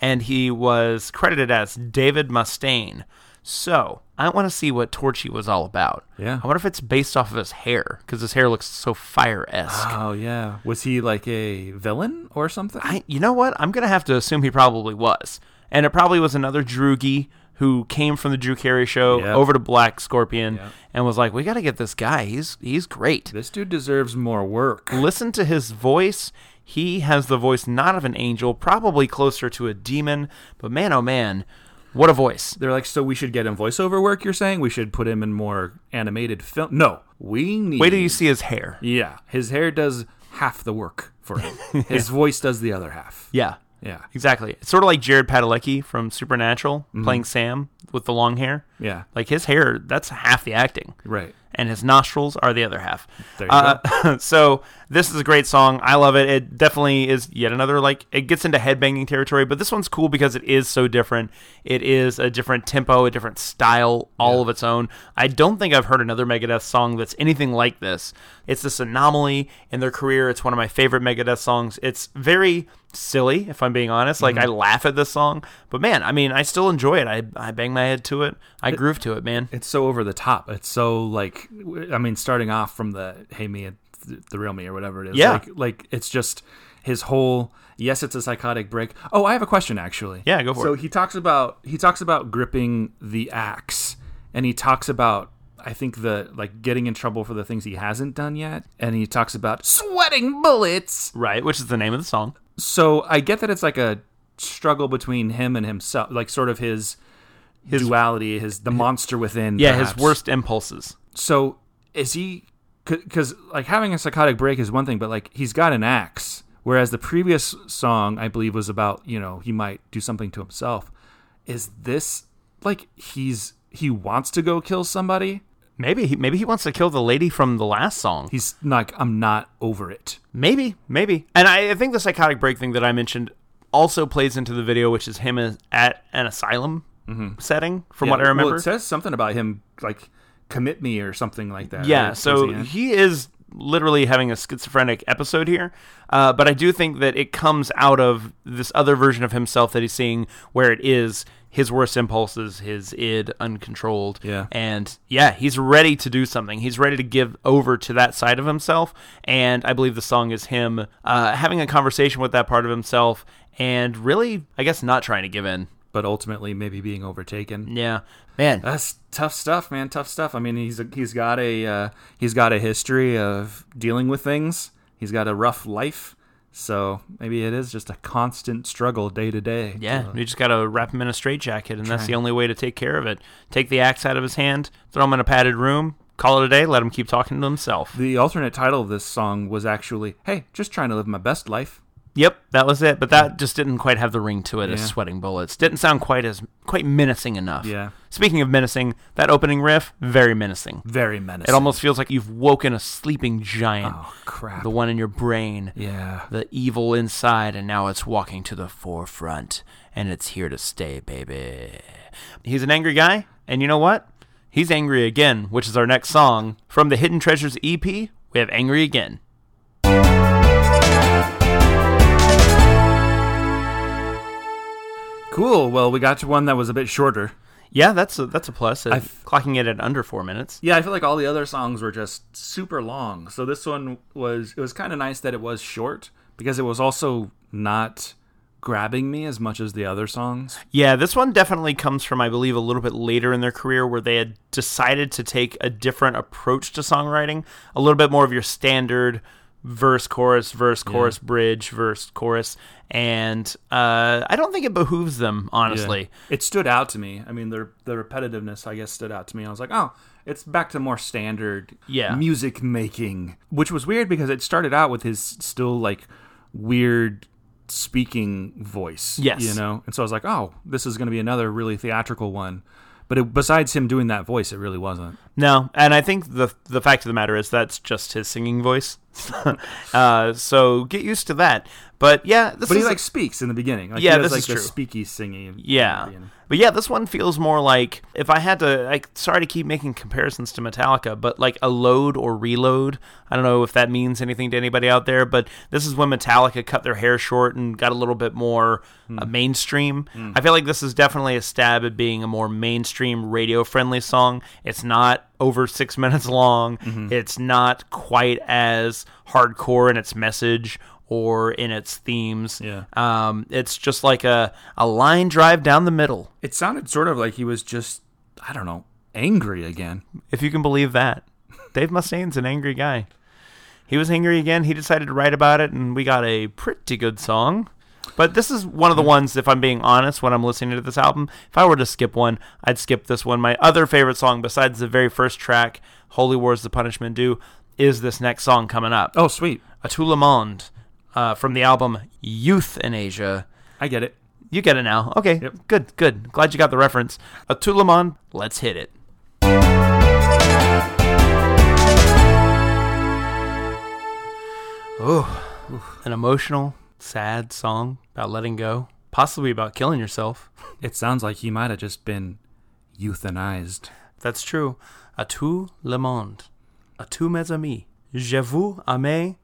A: and he was credited as David Mustaine. So I want to see what Torchy was all about.
B: Yeah.
A: I wonder if it's based off of his hair because his hair looks so fire esque.
B: Oh yeah. Was he like a villain or something?
A: I, you know what? I'm gonna have to assume he probably was, and it probably was another Droogie who came from the Drew Carey show
B: Yep.
A: over to Black Scorpion
B: Yep.
A: and was like, "We got to get this guy. He's he's great."
B: this dude deserves more work.
A: listen to his voice. He has the voice not of an angel, probably closer to a demon, but man, oh man, what a voice.
B: They're like, so we should get him voiceover work, you're saying? We should put him in more animated film No. We need
A: Wait till you see his hair.
B: Yeah. His hair does half the work for him. His voice does the other half.
A: Yeah,
B: Yeah.
A: exactly. It's sort of like Jared Padalecki from Supernatural playing Sam with the long hair.
B: Mm-hmm. Yeah.
A: Like his hair, that's half the acting.
B: Right.
A: and his nostrils are the other half.
B: There you
A: Uh, so this is a great song. I love it. It definitely is yet another like it gets into headbanging territory, but this one's cool because it is so different. It is a different tempo, a different style, all of its own. I don't think I've heard another Megadeth song that's anything like this. It's this anomaly in their career. It's one of my favorite Megadeth songs. It's very silly, if I'm being honest. Like I laugh at this song, but man, I mean, I still enjoy it. I I bang my head to it. I groove to it, man.
B: it's so over the top. It's so like, I mean, starting off from the "Hey me, and th- the real me" or whatever it is.
A: Yeah.
B: like, like it's just his whole. Yes, it's a psychotic break. Oh, I have a question actually.
A: Yeah, go for
B: so
A: it.
B: he talks about he talks about gripping the axe, and he talks about I think the like getting in trouble for the things he hasn't done yet, and he talks about sweating bullets.
A: Right, which is the name of the song.
B: So I get that it's like a struggle between him and himself, like sort of his. His duality, his the monster within.
A: Yeah,
B: perhaps.
A: his worst impulses.
B: So is he? Because like having a psychotic break is one thing, but like he's got an axe. Whereas the previous song, I believe, was about you know he might do something to himself. Is this like he's he wants to go kill somebody?
A: Maybe he, maybe he wants to kill the lady from the last song.
B: He's like I'm not over it.
A: Maybe, maybe. And I, I think the psychotic break thing that I mentioned also plays into the video, which is him as- at an asylum setting, from what I remember.
B: well, it says something about him like commit me or something like that.
A: yeah,
B: right?
A: so
B: Towards the end.
A: he is literally having a schizophrenic episode here. Uh, but I do think that it comes out of this other version of himself that he's seeing, where it is his worst impulses, his id uncontrolled.
B: Yeah.
A: And yeah, he's ready to do something. He's ready to give over to that side of himself. And I believe the song is him uh, having a conversation with that part of himself and really, I guess, not trying to give in.
B: but ultimately maybe being overtaken.
A: Yeah, man.
B: That's tough stuff, man. Tough stuff. I mean, he's a, he's got a uh, he's got a history of dealing with things. He's got a rough life, so maybe it is just a constant struggle day to day.
A: yeah, you just gotta wrap him in a straitjacket, and that's the only way to take care of it. Take the axe out of his hand, throw him in a padded room, call it a day, let him keep talking to himself.
B: The alternate title of this song was actually, "Hey, just trying to live my best life."
A: Yep, that was it. But that just didn't quite have the ring to it
B: Yeah.
A: as sweating bullets. Didn't sound quite as quite menacing enough.
B: Yeah.
A: Speaking of menacing, that opening riff very menacing.
B: Very menacing.
A: It almost feels like you've woken a sleeping giant,
B: Oh crap.
A: the one in your brain,
B: yeah.
A: the evil inside, and now it's walking to the forefront, and it's here to stay, baby. He's an angry guy, and you know what? He's angry again, which is our next song from the Hidden Treasures EP. We have "Angry Again."
B: Cool. Well, we got to one that was a bit shorter.
A: Yeah, that's a, that's a plus. uh,
B: I've-
A: clocking it at under four minutes.
B: Yeah, I feel like all the other songs were just super long. So this one was it was kind of nice that it was short because it was also not grabbing me as much as the other songs.
A: Yeah, this one definitely comes from, I believe, a little bit later in their career where they had decided to take a different approach to songwriting, a little bit more of your standard verse, chorus, verse, chorus, bridge, verse, chorus. And uh, I don't think it behooves them, honestly.
B: It stood out to me. I mean, the the repetitiveness, I guess, stood out to me. I was like, oh, it's back to more standard
A: Yeah.
B: music making, which was weird because it started out with his still like weird speaking voice.
A: Yes.
B: you know, and so I was like, oh, this is going to be another really theatrical one. But it, besides him doing that voice, it really wasn't.
A: No, and I think the the fact of the matter is that's just his singing voice. uh, so get used to that. But yeah, this
B: But he
A: is a-
B: like speaks in the beginning. Like,
A: Yeah,
B: he does,
A: this
B: like,
A: is
B: the
A: true.
B: Speaky singing. in the
A: Yeah.
B: beginning.
A: But yeah, this one feels more like if I had to like sorry to keep making comparisons to Metallica, but like a load or reload. I don't know if that means anything to anybody out there, but this is when Metallica cut their hair short and got a little bit more uh,
B: Hmm.
A: mainstream. I feel like this is definitely a stab at being a more mainstream radio friendly song. It's not over 6 minutes long.
B: Mm-hmm.
A: It's not quite as hardcore in its message or in its themes.
B: Yeah.
A: Um, it's just like a, a line drive down the middle,
B: It sounded sort of like he was just I don't know angry again.
A: if you can believe that. Dave Mustaine's an angry guy. He was angry again. He decided to write about it, and we got a pretty good song. But this is one of the ones, if I'm being honest, when I'm listening to this album, if I were to skip one, I'd skip this one. My other favorite song, besides the very first track, Holy Wars the Punishment Due, is this next song coming up.
B: Oh sweet,
A: Atula Monde uh, from the album Youth in Asia.
B: I get it.
A: You get it now. Okay.
B: Yep.
A: Good, good. Glad you got the reference. Atulamon, let's hit it. Oh, an emotional, sad song about letting go, possibly about killing yourself.
B: It sounds like he might have just been euthanized.
A: That's true. A tout le monde. A tous mes amis. Je vous aime.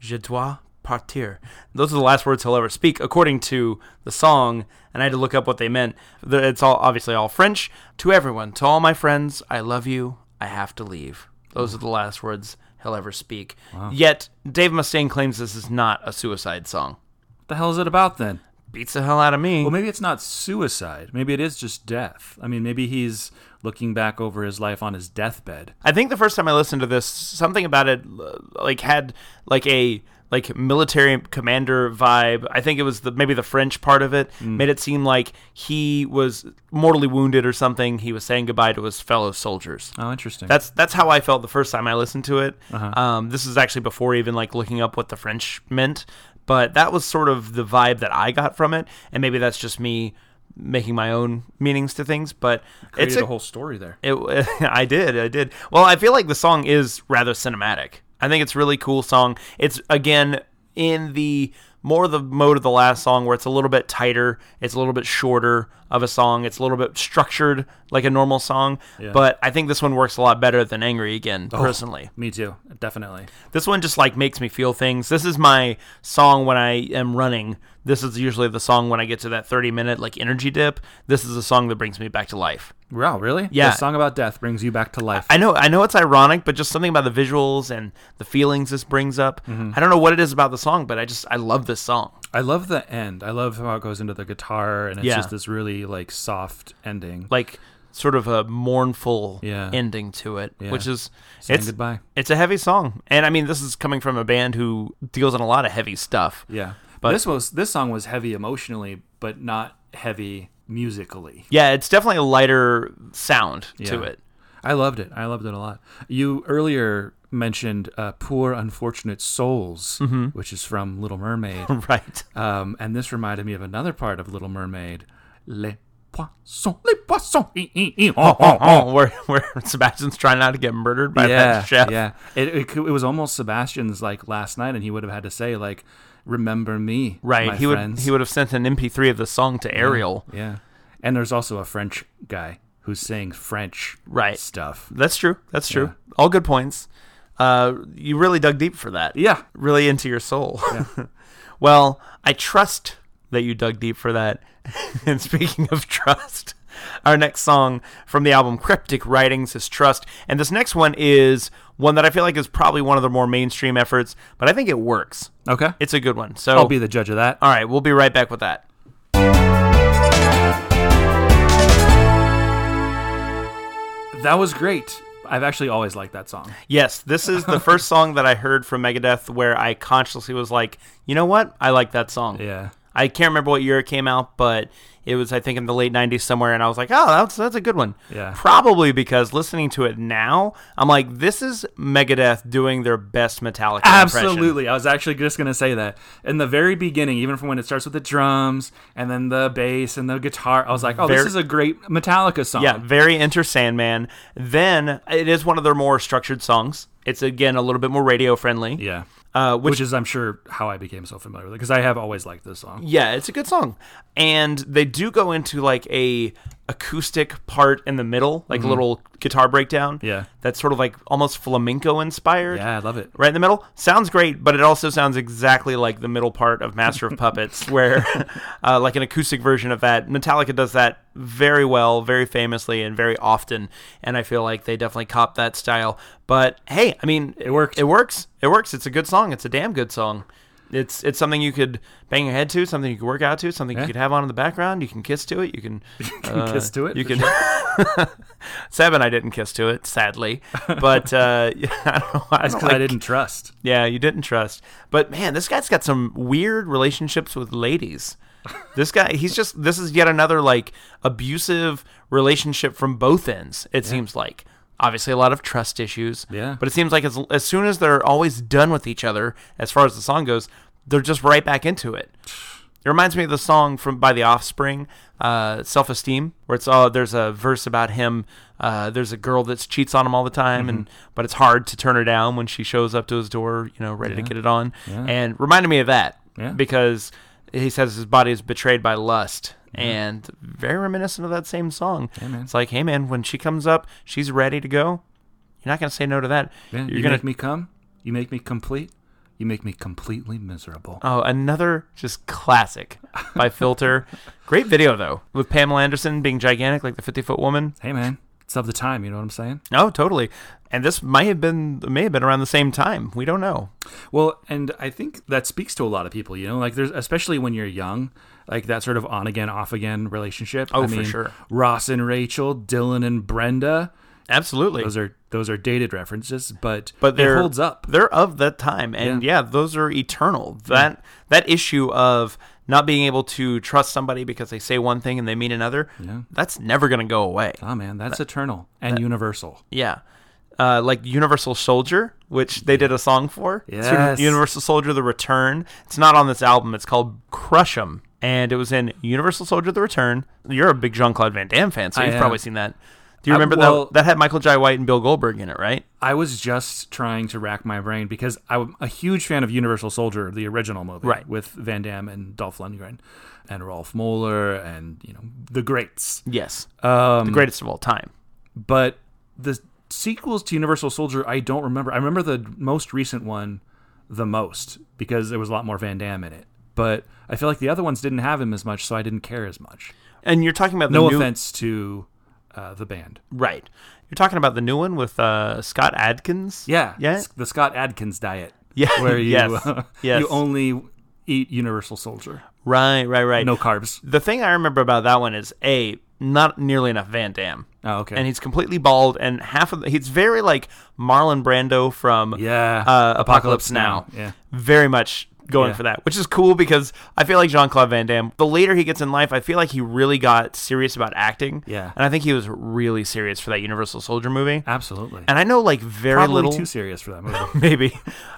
A: Je dois partir. Those are the last words he'll ever speak, according to the song. And I had to look up what they meant. The- It's all obviously all French. To everyone, to all my friends, I love you. I have to leave. Those are the last words he'll ever speak. Yet Dave Mustaine claims this is not a suicide song.
B: What the hell is it about then?
A: Beats the hell out of me.
B: Well, maybe it's not suicide. Maybe it is just death. I mean, maybe he's looking back over his life on his deathbed.
A: I think the first time I listened to this, something about it l- like had like a like military commander vibe. I think it was the maybe the French part of it made it seem like he was mortally wounded or something. He was saying goodbye to his fellow soldiers.
B: Oh, interesting.
A: That's that's how I felt the first time I listened to it. Um, this is actually before even like looking up what the French meant, but that was sort of the vibe that I got from it, and maybe that's just me making my own meanings to things. But
B: created
A: it's a,
B: a whole story there.
A: it, I did, I did. Well, I feel like the song is rather cinematic. I think it's a really cool song. It's again in the more the mode of the last song where it's a little bit tighter, it's a little bit shorter of a song, it's a little bit structured like a normal song. But I think this one works a lot better than Angry Again, personally.
B: Me too, definitely.
A: This one just like makes me feel things. This is my song when I am running. This is usually the song when I get to that 30 minute like energy dip. This is a song that brings me back to life.
B: Wow, really?
A: Yeah.
B: A song about death brings you back to life.
A: I know, I know it's ironic, but just something about the visuals and the feelings this brings up.
B: Mm-hmm.
A: I don't know what it is about the song, but I just I love this song.
B: I love the end. I love how it goes into the guitar and it's
A: Yeah.
B: just this really like soft ending.
A: Like sort of a mournful
B: Yeah.
A: ending to it,
B: Yeah.
A: which is
B: Saying
A: it's
B: goodbye.
A: it's a heavy song. And I mean, this is coming from a band who deals in a lot of heavy stuff.
B: Yeah.
A: But-
B: this was this song was heavy emotionally, but not heavy musically.
A: Yeah, it's definitely a lighter sound to
B: Yeah.
A: it.
B: I loved it. I loved it a lot. You earlier mentioned uh, "Poor Unfortunate Souls," which is from Little Mermaid,
A: Right.
B: um, and this reminded me of another part of Little Mermaid, "Les poissons, les poissons." ee, ee, ee, oh, oh, oh.
A: Oh, where where Sebastian's trying not to get murdered by
B: yeah,
A: that chef.
B: yeah. It, it, cou- it was almost Sebastian's like last night, and he would have had to say like, "Remember me,
A: Right.
B: my
A: he
B: friends."
A: would he would have sent an MP3 of the song to Ariel.
B: yeah. And there's also a French guy who's saying French
A: Right.
B: stuff.
A: That's true. That's true. All good points. Uh, you really dug deep for that.
B: Yeah,
A: Really into your soul. well, I trust that you dug deep for that. and speaking of trust, our next song from the album Cryptic Writings is Trust. And this next one is one that I feel like is probably one of the more mainstream efforts, but I think it works.
B: okay.
A: It's a good one. So
B: I'll be the judge of that.
A: All right, we'll be right back with that.
B: That was great. I've actually always liked that song.
A: Yes, this is the first song that I heard from Megadeth where I consciously was like, you know what? I like that song.
B: Yeah.
A: I can't remember what year it came out, but it was I think in the late '90s somewhere, and I was like, oh, that's that's a good one.
B: Yeah.
A: Probably because listening to it now, I'm like, this is Megadeth doing their best Metallica. impression.
B: Absolutely. I was actually just going to say that. In the very beginning, even from when it starts with the drums and then the bass and the guitar, I was like, oh, this
A: Very-
B: is a great Metallica song.
A: Yeah, very Enter Sandman. Then it is one of their more structured songs. It's again a little bit more radio friendly.
B: Yeah.
A: Uh, which,
B: Which is, I'm sure, how I became so familiar with it because I have always liked this song.
A: Yeah, it's a good song. And they do go into like a acoustic part in the middle, like a little guitar breakdown.
B: Mm-hmm. Yeah.
A: That's sort of like almost flamenco inspired.
B: Yeah, I love it.
A: Right in the middle. Sounds great, but it also sounds exactly like the middle part of Master of Puppets, where uh, like an acoustic version of that. Metallica does that very well, very famously, and very often. And I feel like they definitely cop that style. But hey, I mean,
B: It worked.
A: it works. It works. It's a good song. It's a damn good song. It's it's something you could bang your head to, something you could work out to, something you could have on in the background. You can kiss to it. You can, uh,
B: kiss to it,
A: You
B: for
A: can. Seb and I didn't kiss to it, sadly, but uh, yeah, I don't know. why.
B: That's because I didn't trust.
A: Yeah, you didn't trust. But man, this guy's got some weird relationships with ladies. This guy, he's just. This is yet another like abusive relationship from both ends. It seems like obviously a lot of trust issues.
B: Yeah.
A: but it seems like as as soon as they're always done with each other, as far as the song goes, they're just right back into it. It reminds me of the song from by The Offspring, uh, "Self Esteem," where it's all there's a verse about him. Uh, there's a girl that cheats on him all the
B: Mm-hmm.
A: time, and but it's hard to turn her down when she shows up to his door, you know, ready to get it on. And reminded me of that
B: Yeah.
A: because he says his body is betrayed by lust. And very reminiscent of that same song. It's like, hey man, when she comes up, she's ready to go. You're not gonna say no to that.
B: Yeah,
A: You're
B: you
A: gonna
B: make me come. You make me complete. You make me completely miserable.
A: Oh, another just classic by Filter. Great video though, with Pamela Anderson being gigantic like the fifty foot woman.
B: Hey, man. It's of the time. You know what I'm saying?
A: Oh, totally. And this might have been may have been around the same time. We don't know.
B: Well, and I think that speaks to a lot of people, you know, like there's especially when you're young, like that sort of on again, off again relationship.
A: Oh,
B: I
A: for sure.
B: Ross and Rachel, Dylan and Brenda.
A: Absolutely.
B: Those are those are dated references, but
A: but
B: it
A: they're
B: holds up.
A: They're of that time, and yeah, those are eternal. That that issue of not being able to trust somebody because they say one thing and they mean another. That's never gonna go away.
B: Oh man, that's eternal and universal.
A: Yeah. Uh, like Universal Soldier, which they did a song for. It's
B: Yes.
A: Universal Soldier The Return. It's not on this album. It's called Crush 'em. And it was in Universal Soldier The Return. You're a big Jean Claude Van Damme fan, so
B: I
A: you've
B: am.
A: probably seen that. Do you
B: Uh,
A: remember
B: well-
A: that? That had Michael J. White and Bill Goldberg in it, right?
B: I was just trying to rack my brain because I'm a huge fan of Universal Soldier, the original movie,
A: Right.
B: with Van Damme and Dolph Lundgren, and Rolf Moeller, and you know the greats.
A: Yes.
B: Um,
A: the greatest of all time.
B: but the sequels to Universal Soldier, I don't remember. I remember the most recent one the most because there was a lot more Van Damme in it. But I feel like the other ones didn't have him as much, so I didn't care as much.
A: And you're talking about the
B: No
A: new.
B: offense to uh, the band.
A: Right. You're talking about the new one with uh, Scott Adkins?
B: Yeah,
A: Yeah.
B: s- the Scott Adkins diet.
A: Yeah,
B: where you
A: yes,
B: uh,
A: yes.
B: you only eat Universal Soldier,
A: Right, right, right.
B: no carbs.
A: The thing I remember about that one is A, not nearly enough Van Damme.
B: Oh, okay.
A: And he's completely bald, and half of the, he's very like Marlon Brando from
B: yeah,
A: uh, Apocalypse Now.
B: Yeah,
A: Very much going
B: Yeah.
A: for that, which is cool because I feel like Jean Claude Van Damme, the later he gets in life, I feel like he really got serious about acting.
B: Yeah.
A: And I think he was really serious for that Universal Soldier movie.
B: absolutely.
A: And I know like very
B: Probably
A: little.
B: too serious for that movie.
A: maybe.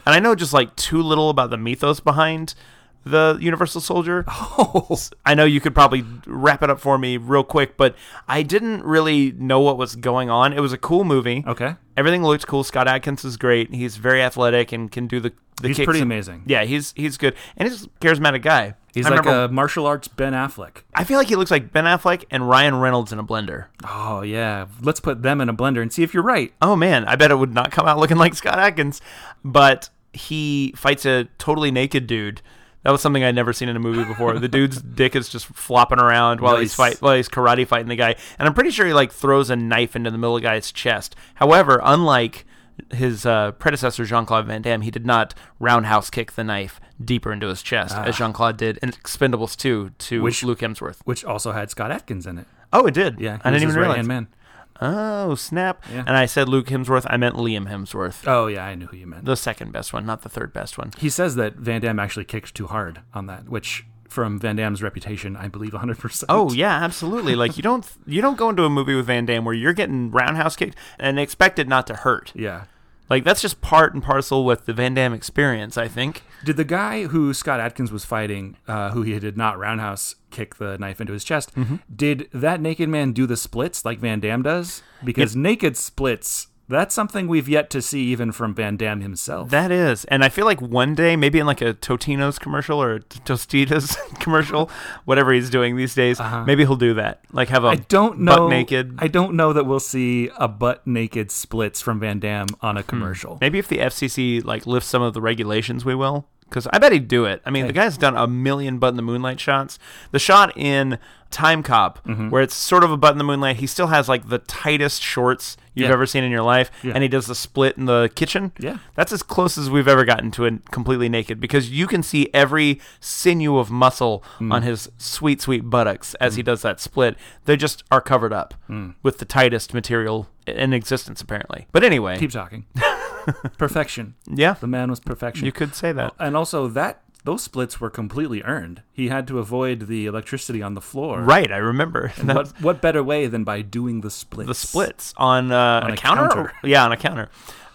A: And I know just like too little about the mythos behind the Universal Soldier.
B: Oh,
A: I know you could probably wrap it up for me real quick, but I didn't really know what was going on. It was a cool movie.
B: okay,
A: Everything looked cool. Scott Adkins is great. He's very athletic and can do the the
B: he's
A: kicks
B: pretty
A: and-
B: amazing.
A: Yeah, he's he's good. And he's a charismatic guy.
B: He's
A: I
B: like
A: remember-
B: a martial arts Ben Affleck.
A: I feel like he looks like Ben Affleck and Ryan Reynolds in a blender.
B: Oh yeah, let's put them in a blender and see if you're right.
A: Oh man, I bet it would not come out looking like Scott Adkins. But he fights a totally naked dude. That was something I'd never seen in a movie before. The dude's dick is just flopping around while he's
B: Nice.
A: fight while he's karate fighting the guy. And I'm pretty sure he like throws a knife into the middle of the guy's chest. However, unlike his uh, predecessor Jean Claude Van Damme, he did not roundhouse kick the knife deeper into his chest as Jean Claude did in Expendables 2 to
B: Which-
A: Luke Hemsworth.
B: Which also had Scott Atkins in it.
A: Oh, it did.
B: Yeah, he
A: I
B: was
A: didn't
B: his
A: even realize.
B: right-hand man.
A: Oh snap!
B: Yeah.
A: And I said Luke Hemsworth. I meant Liam Hemsworth.
B: Oh yeah, I knew who you meant.
A: The second best one, not the third best one.
B: He says that Van Damme actually kicked too hard on that, which from Van Damme's reputation, I believe 100%.
A: Oh yeah, absolutely. Like you don't you don't go into a movie with Van Damme where you're getting roundhouse kicked and expect it not to hurt.
B: yeah.
A: Like that's just part and parcel with the Van Damme experience, I think.
B: Did the guy who Scott Adkins was fighting, uh, who he did not roundhouse kick the knife into his chest,
A: Mm-hmm.
B: did that naked man do the splits like Van Damme does? Because naked splits, that's something we've yet to see even from Van Damme himself.
A: That is, and I feel like one day, maybe in like a Totino's commercial or a Tostitas commercial, whatever he's doing these days, maybe he'll do that. Like have a
B: Uh-huh. I don't know.
A: butt naked.
B: I don't know that we'll see a butt naked splits from Van Damme on
A: Hmm.
B: a commercial.
A: Maybe if the FCC like lifts some of the regulations, we will. Because I bet he'd do it. I mean, the guy's done a million butt in the moonlight shots. The shot in Time Cop,
B: Mm-hmm.
A: where it's sort of a butt in the moonlight, he still has like the tightest shorts you've
B: Yeah.
A: ever seen in your life, and he does the split in the kitchen.
B: Yeah.
A: that's as close as we've ever gotten to a completely naked because you can see every sinew of muscle
B: Mm.
A: on his sweet, sweet buttocks as he does that split. They just are covered up
B: Mm.
A: with the tightest material in existence, apparently. But anyway,
B: Keep talking. perfection.
A: yeah,
B: The man was perfection.
A: you could say that.
B: and also that those splits were completely earned. He had to avoid the electricity on the floor.
A: Right, I remember. That-
B: What what better way than by doing the splits?
A: the splits on, uh, a,
B: a
A: counter?
B: counter.
A: Yeah, on a counter.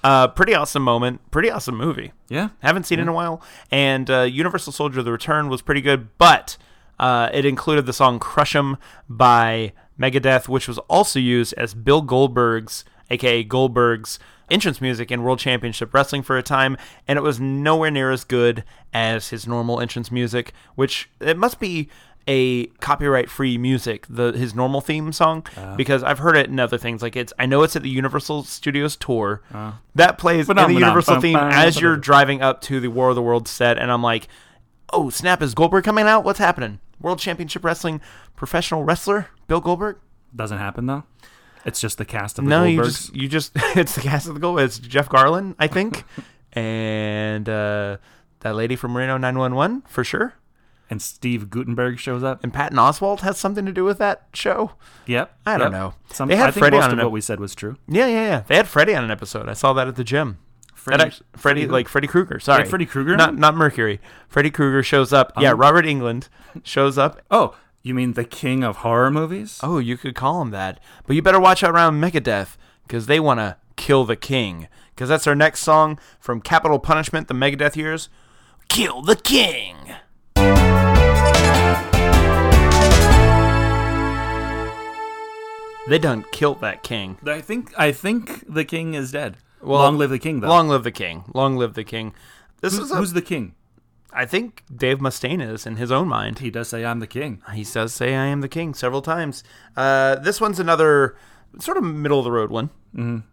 A: Uh, pretty awesome moment. Pretty awesome movie.
B: Yeah.
A: Haven't seen it in a while. And uh, Universal Soldier The Return was pretty good, but uh, it included the song Crush 'em by Megadeth, which was also used as Bill Goldberg's, aka Goldberg's, entrance music in World Championship Wrestling for a time, and it was nowhere near as good as his normal entrance music, which it must be a copyright free music the his normal theme song because i've heard it in other things like it's i know it's at the universal studios tour that plays in the
B: Phenomenon.
A: universal theme
B: Bum, bum,
A: as you're
B: bum.
A: driving up to the War of the Worlds set, and I'm like, "Oh snap! Is Goldberg coming out? What's happening? World Championship Wrestling professional wrestler Bill Goldberg?
B: Doesn't happen though. It's just the cast of the
A: No, you
B: Goldbergs.
A: just you just it's the cast of the Goldberg. It's Jeff Garlin, I think, and uh, that lady from Reno 911 for sure.
B: And Steve Gutenberg shows up.
A: And Patton Oswald has something to do with that show.
B: Yep.
A: I don't
B: yep.
A: know.
B: Some,
A: They had
B: I think
A: Freddie
B: most
A: on
B: of
A: an-
B: what we said was true.
A: Yeah, yeah, yeah. They had Freddie on an episode. I saw that at the gym. Freddie,
B: Freddie-
A: that act- Freddie, like Freddy Krueger. Sorry,
B: had Freddy Krueger Um. in
A: Not
B: it?
A: not Mercury. Freddy Krueger shows up. yeah, Robert England shows up
B: Oh, you mean the king of horror movies?
A: Oh, you could call him that. But you better watch out around Megadeth, because they want to kill the king. Because that's our next song from Capital Punishment, the Megadeth years. Kill the king! They done killed that king.
B: I think I think the king is dead.
A: Well,
B: Long live the king though.
A: Long live the king. Long live the king. This
B: who's,
A: is, a,
B: who's the king?
A: I think Dave Mustaine is in his own mind.
B: He does say I'm the king.
A: He does say I am the king several times. Uh, this one's another sort of middle of the road one,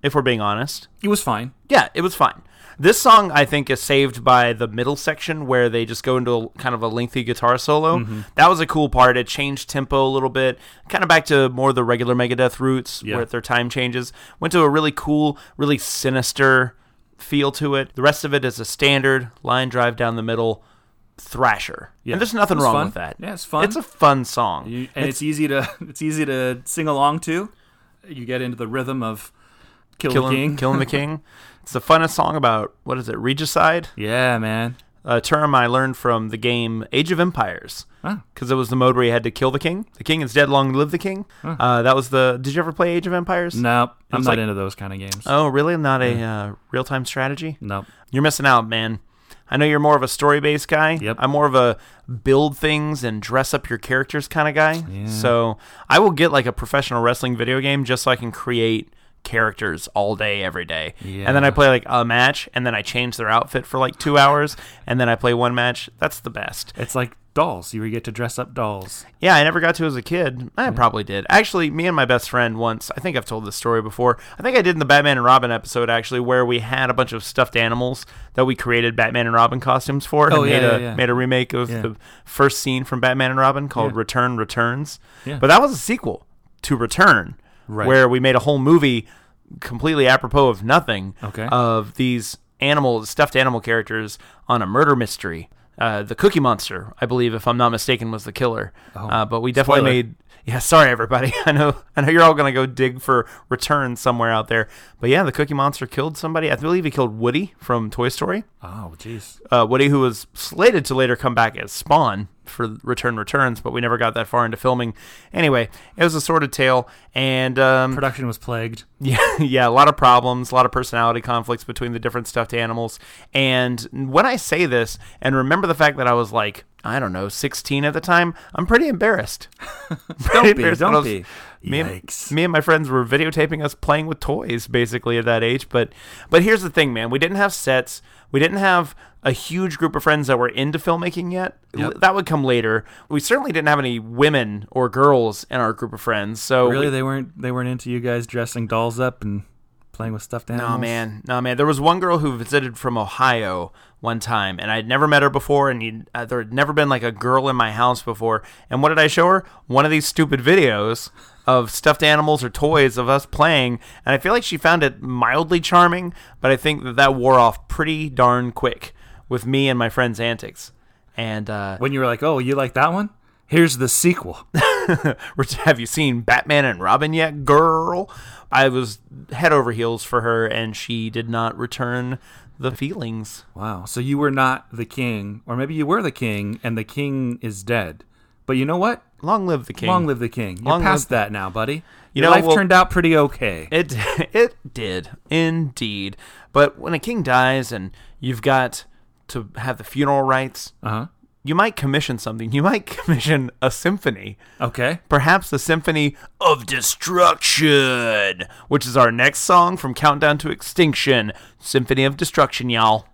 A: if we're being honest.
B: It was fine.
A: Yeah, it was fine. This song, I think, is saved by the middle section where they just go into a, kind of a lengthy guitar solo.
B: Mm-hmm.
A: That was a cool part. It changed tempo a little bit, kind of back to more the regular Megadeth roots
B: Yeah.
A: where their time changes. Went to a really cool, really sinister feel to it. The rest of it is a standard line drive down the middle thrasher.
B: Yeah.
A: And there's nothing
B: It's
A: wrong
B: fun.
A: with that.
B: Yeah, it's fun.
A: It's a fun song.
B: You, and it's, easy to it's easy to sing along to. You get into the rhythm of Kill the
A: killing,
B: King.
A: killing the king. It's the funnest song about what is it? Regicide.
B: yeah, man.
A: a term I learned from the game Age of Empires
B: Huh.
A: because it was the mode where you had to kill the king. The king is dead. Long live the king. Uh, that was the. Did you ever play Age of Empires?
B: Nope, I'm
A: was
B: not
A: like-
B: into those kind of games.
A: Oh, really? Not a uh, real time strategy.
B: nope.
A: You're missing out, man. I know you're more of a story based guy.
B: Yep.
A: I'm more of a build things and dress up your characters kind of guy. So I will get like a professional wrestling video game just so I can create characters all day, every day. And then I
B: Yeah.
A: play like a match and then I change their outfit for like two hours and then I play one match. That's the best.
B: It's like dolls. You get to dress up dolls.
A: Yeah, I never got to as a kid. I
B: Mm-hmm.
A: probably did. Actually, me and my best friend once, I think I've told this story before. I think I did in the Batman and Robin episode, actually, where we had a bunch of stuffed animals that we created Batman and Robin costumes for.
B: Oh,
A: and
B: yeah,
A: made, a,
B: yeah, yeah.
A: made a remake of
B: Yeah.
A: the first scene from Batman and Robin called
B: Yeah.
A: Return Returns.
B: Yeah.
A: But that was a sequel to Return,
B: Right.
A: where we made a whole movie completely apropos of nothing
B: Okay.
A: of these animal stuffed animal characters on a murder mystery. Uh, the Cookie Monster, I believe, if I'm not mistaken, was the killer. uh, but we definitely
B: Oh. spoiler.
A: made. Yeah, sorry everybody. I know, I know you're all gonna go dig for return somewhere out there. But yeah, the Cookie Monster killed somebody. I believe he killed Woody from Toy Story.
B: Oh, jeez.
A: Uh, Woody, who was slated to later come back as Spawn for Return Returns, but we never got that far into filming. Anyway, it was a sordid tale, and um,
B: Production was plagued.
A: yeah, yeah, a lot of problems, a lot of personality conflicts between the different stuffed animals. And when I say this, and remember the fact that I was like, I don't know, 16 at the time, I'm pretty embarrassed.
B: Don't
A: Pretty
B: be,
A: embarrassed.
B: don't
A: I was-
B: be.
A: Me and,
B: Yikes.
A: me and my friends were videotaping us playing with toys basically at that age. But but here's the thing, man. We didn't have sets. We didn't have a huge group of friends that were into filmmaking yet.
B: Yep.
A: That would come later. We certainly didn't have any women or girls in our group of friends. So
B: Really, they weren't they weren't into you guys dressing dolls up and playing with stuffed animals.
A: No man, no man. There was one girl who visited from Ohio one time, and I'd never met her before, and you'd, uh, there had never been like a girl in my house before. And what did I show her? One of these stupid videos of stuffed animals or toys of us playing, and I feel like she found it mildly charming, but I think that that wore off pretty darn quick with me and my friend's antics. And uh,
B: When you were like, oh, you like that one? Here's the sequel.
A: Ret- have you seen Batman and Robin yet, girl? I was head over heels for her, and she did not return the feelings.
B: Wow. So you were not the king, or maybe you were the king, and the king is dead. But you know what?
A: Long live the king.
B: Long live the king. You're
A: Long live-
B: past that now, buddy.
A: You
B: Your
A: know,
B: life
A: well-
B: turned out pretty okay.
A: It it did indeed. But when a king dies and you've got to have the funeral rites,
B: Uh
A: you might commission something. You might commission a symphony.
B: huh. Okay.
A: Perhaps the Symphony of Destruction, which is our next song from Countdown to Extinction. Symphony of Destruction, y'all.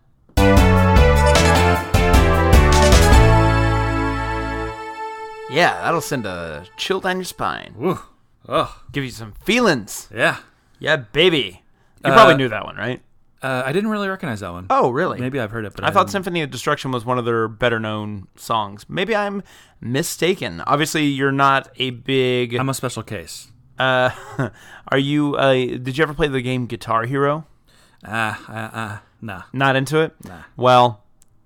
A: Yeah, that'll send a chill down your spine.
B: Woo. Oh,
A: Give you some feelings.
B: yeah.
A: Yeah, baby. You
B: Uh,
A: probably knew that one, right?
B: Uh, I didn't really recognize that one.
A: Oh, really?
B: Maybe I've heard it, but
A: I thought
B: didn't-
A: Symphony of Destruction was one of their better known songs. Maybe I'm mistaken. Obviously, you're not a big.
B: I'm a special case.
A: Uh, are you? Uh, did you ever play the game Guitar Hero?
B: Ah, uh, uh, uh, nah.
A: Not into it. Well,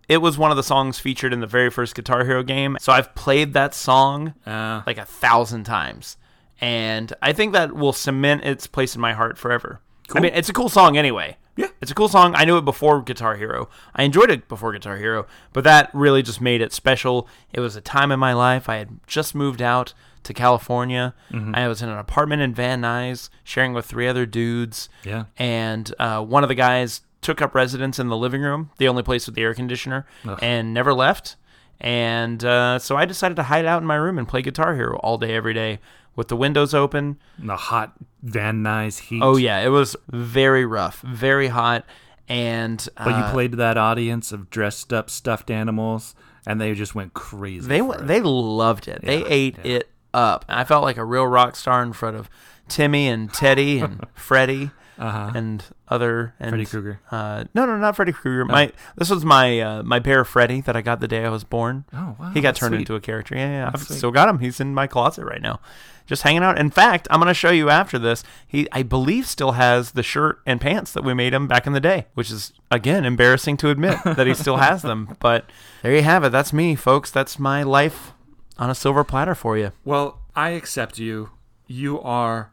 A: it was one of the songs featured in the very first Guitar Hero game, so I've played that song
B: Uh,
A: like a thousand times, and I think that will cement its place in my heart forever. I mean, it's a cool song anyway.
B: Yeah.
A: it's a cool song. I knew it before Guitar Hero. I enjoyed it before Guitar Hero, but that really just made it special. It was a time in my life. I had just moved out to California. I was in an apartment in Van Nuys, sharing with three other dudes.
B: Yeah.
A: and uh, one of the guys took up residence in the living room, the only place with the air conditioner, and never left. And uh, so I decided to hide out in my room and play Guitar Hero all day, every day, with the windows open.
B: the hot Van Nuys heat.
A: Oh yeah, it was very rough, very hot, and uh,
B: But you played to that audience of dressed up stuffed animals, and they just went crazy.
A: they
B: for
A: w-
B: it.
A: they loved it. they ate it up. And I felt like a real rock star in front of Timmy and Teddy and Freddie and other and
B: Uh-huh. Freddy Krueger.
A: Uh, no, no, not Freddy Krueger. My this was my uh, my bear Freddy that I got the day I was born.
B: Oh, wow,
A: He got
B: that's
A: turned
B: sweet.
A: into a character. Yeah, yeah. I've
B: sweet.
A: still got him. He's in my closet right now, just hanging out. In fact, I'm gonna show you after this. He, I believe, still has the shirt and pants that we made him back in the day, which is again embarrassing to admit that he still has them. But there you have it. That's me, folks. That's my life on a silver platter for you.
B: Well, I accept you. You are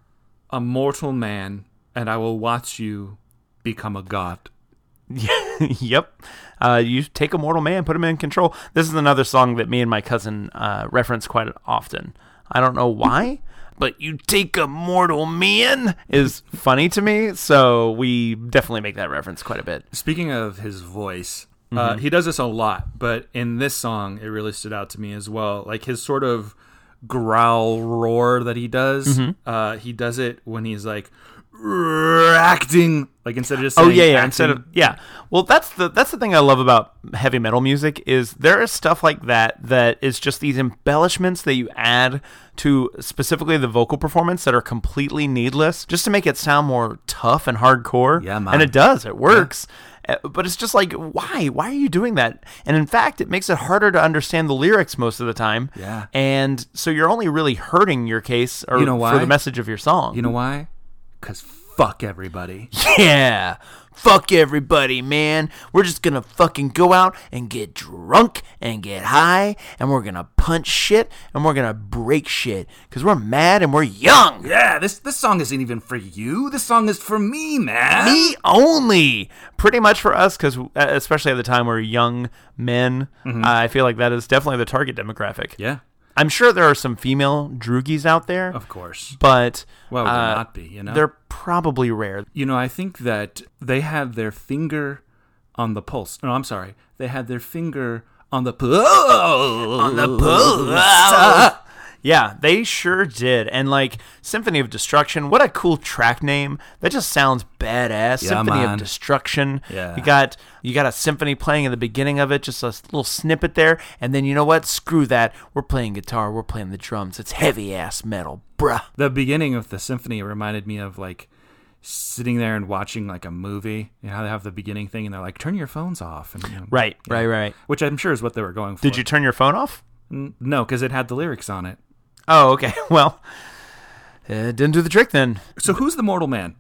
B: a mortal man, and I will watch you become a god.
A: yep. Uh, you take a mortal man, put him in control. This is another song that me and my cousin uh, reference quite often. I don't know why, but you take a mortal man is funny to me. So we definitely make that reference quite a bit.
B: Speaking of his voice, uh,
A: Mm-hmm.
B: he does this a lot, but in this song, it really stood out to me as well. Like his sort of growl roar that he does,
A: Mm-hmm.
B: uh, he does it when he's like acting, like instead of just
A: Oh
B: saying
A: yeah, yeah.
B: acting,
A: Instead of yeah, well that's the that's the thing I love about heavy metal music is there is stuff like that that is just these embellishments that you add to specifically the vocal performance that are completely needless just to make it sound more tough and hardcore.
B: Yeah, man.
A: and it does it works. Uh, But it's just like, why? Why are you doing that? And in fact, it makes it harder to understand the lyrics most of the time.
B: Yeah.
A: And so you're only really hurting your case or
B: You know
A: for
B: why?
A: the message of your song.
B: you know why? Because fuck everybody.
A: Yeah. Fuck everybody, man. We're just gonna fucking go out and get drunk and get high and we're gonna punch shit and we're gonna break shit because we're mad and we're young.
B: Yeah, this this song isn't even for you. This song is for me, man.
A: Me only. Pretty much for us because, especially at the time, we're young men. I feel like that is definitely the target demographic.
B: Mm-hmm. Yeah,
A: I'm sure there are some female droogies out there,
B: of course.
A: but
B: Well, would
A: uh,
B: not be, you know.
A: they're probably rare.
B: you know, I think that they had their finger on the pulse. No, I'm sorry. They had their finger on the pulse. On the
A: Yeah, they sure did. And like Symphony of Destruction, what a cool track name. That just sounds badass.
B: Yeah,
A: Symphony
B: man.
A: of Destruction.
B: Yeah.
A: You got you got a symphony playing in the beginning of it, just a s- little snippet there, and then you know what? Screw that. We're playing guitar, we're playing the drums. It's heavy ass metal, bruh.
B: The beginning of the symphony reminded me of like sitting there and watching like a movie. You know how they have the beginning thing and they're like, turn your phones off. And, you know,
A: Right, right, right.
B: Which I'm sure is what they were going for.
A: Did you turn your phone off?
B: you? No, because it had the lyrics on it.
A: Oh, okay. Well, it didn't do the trick then.
B: So who's the mortal man?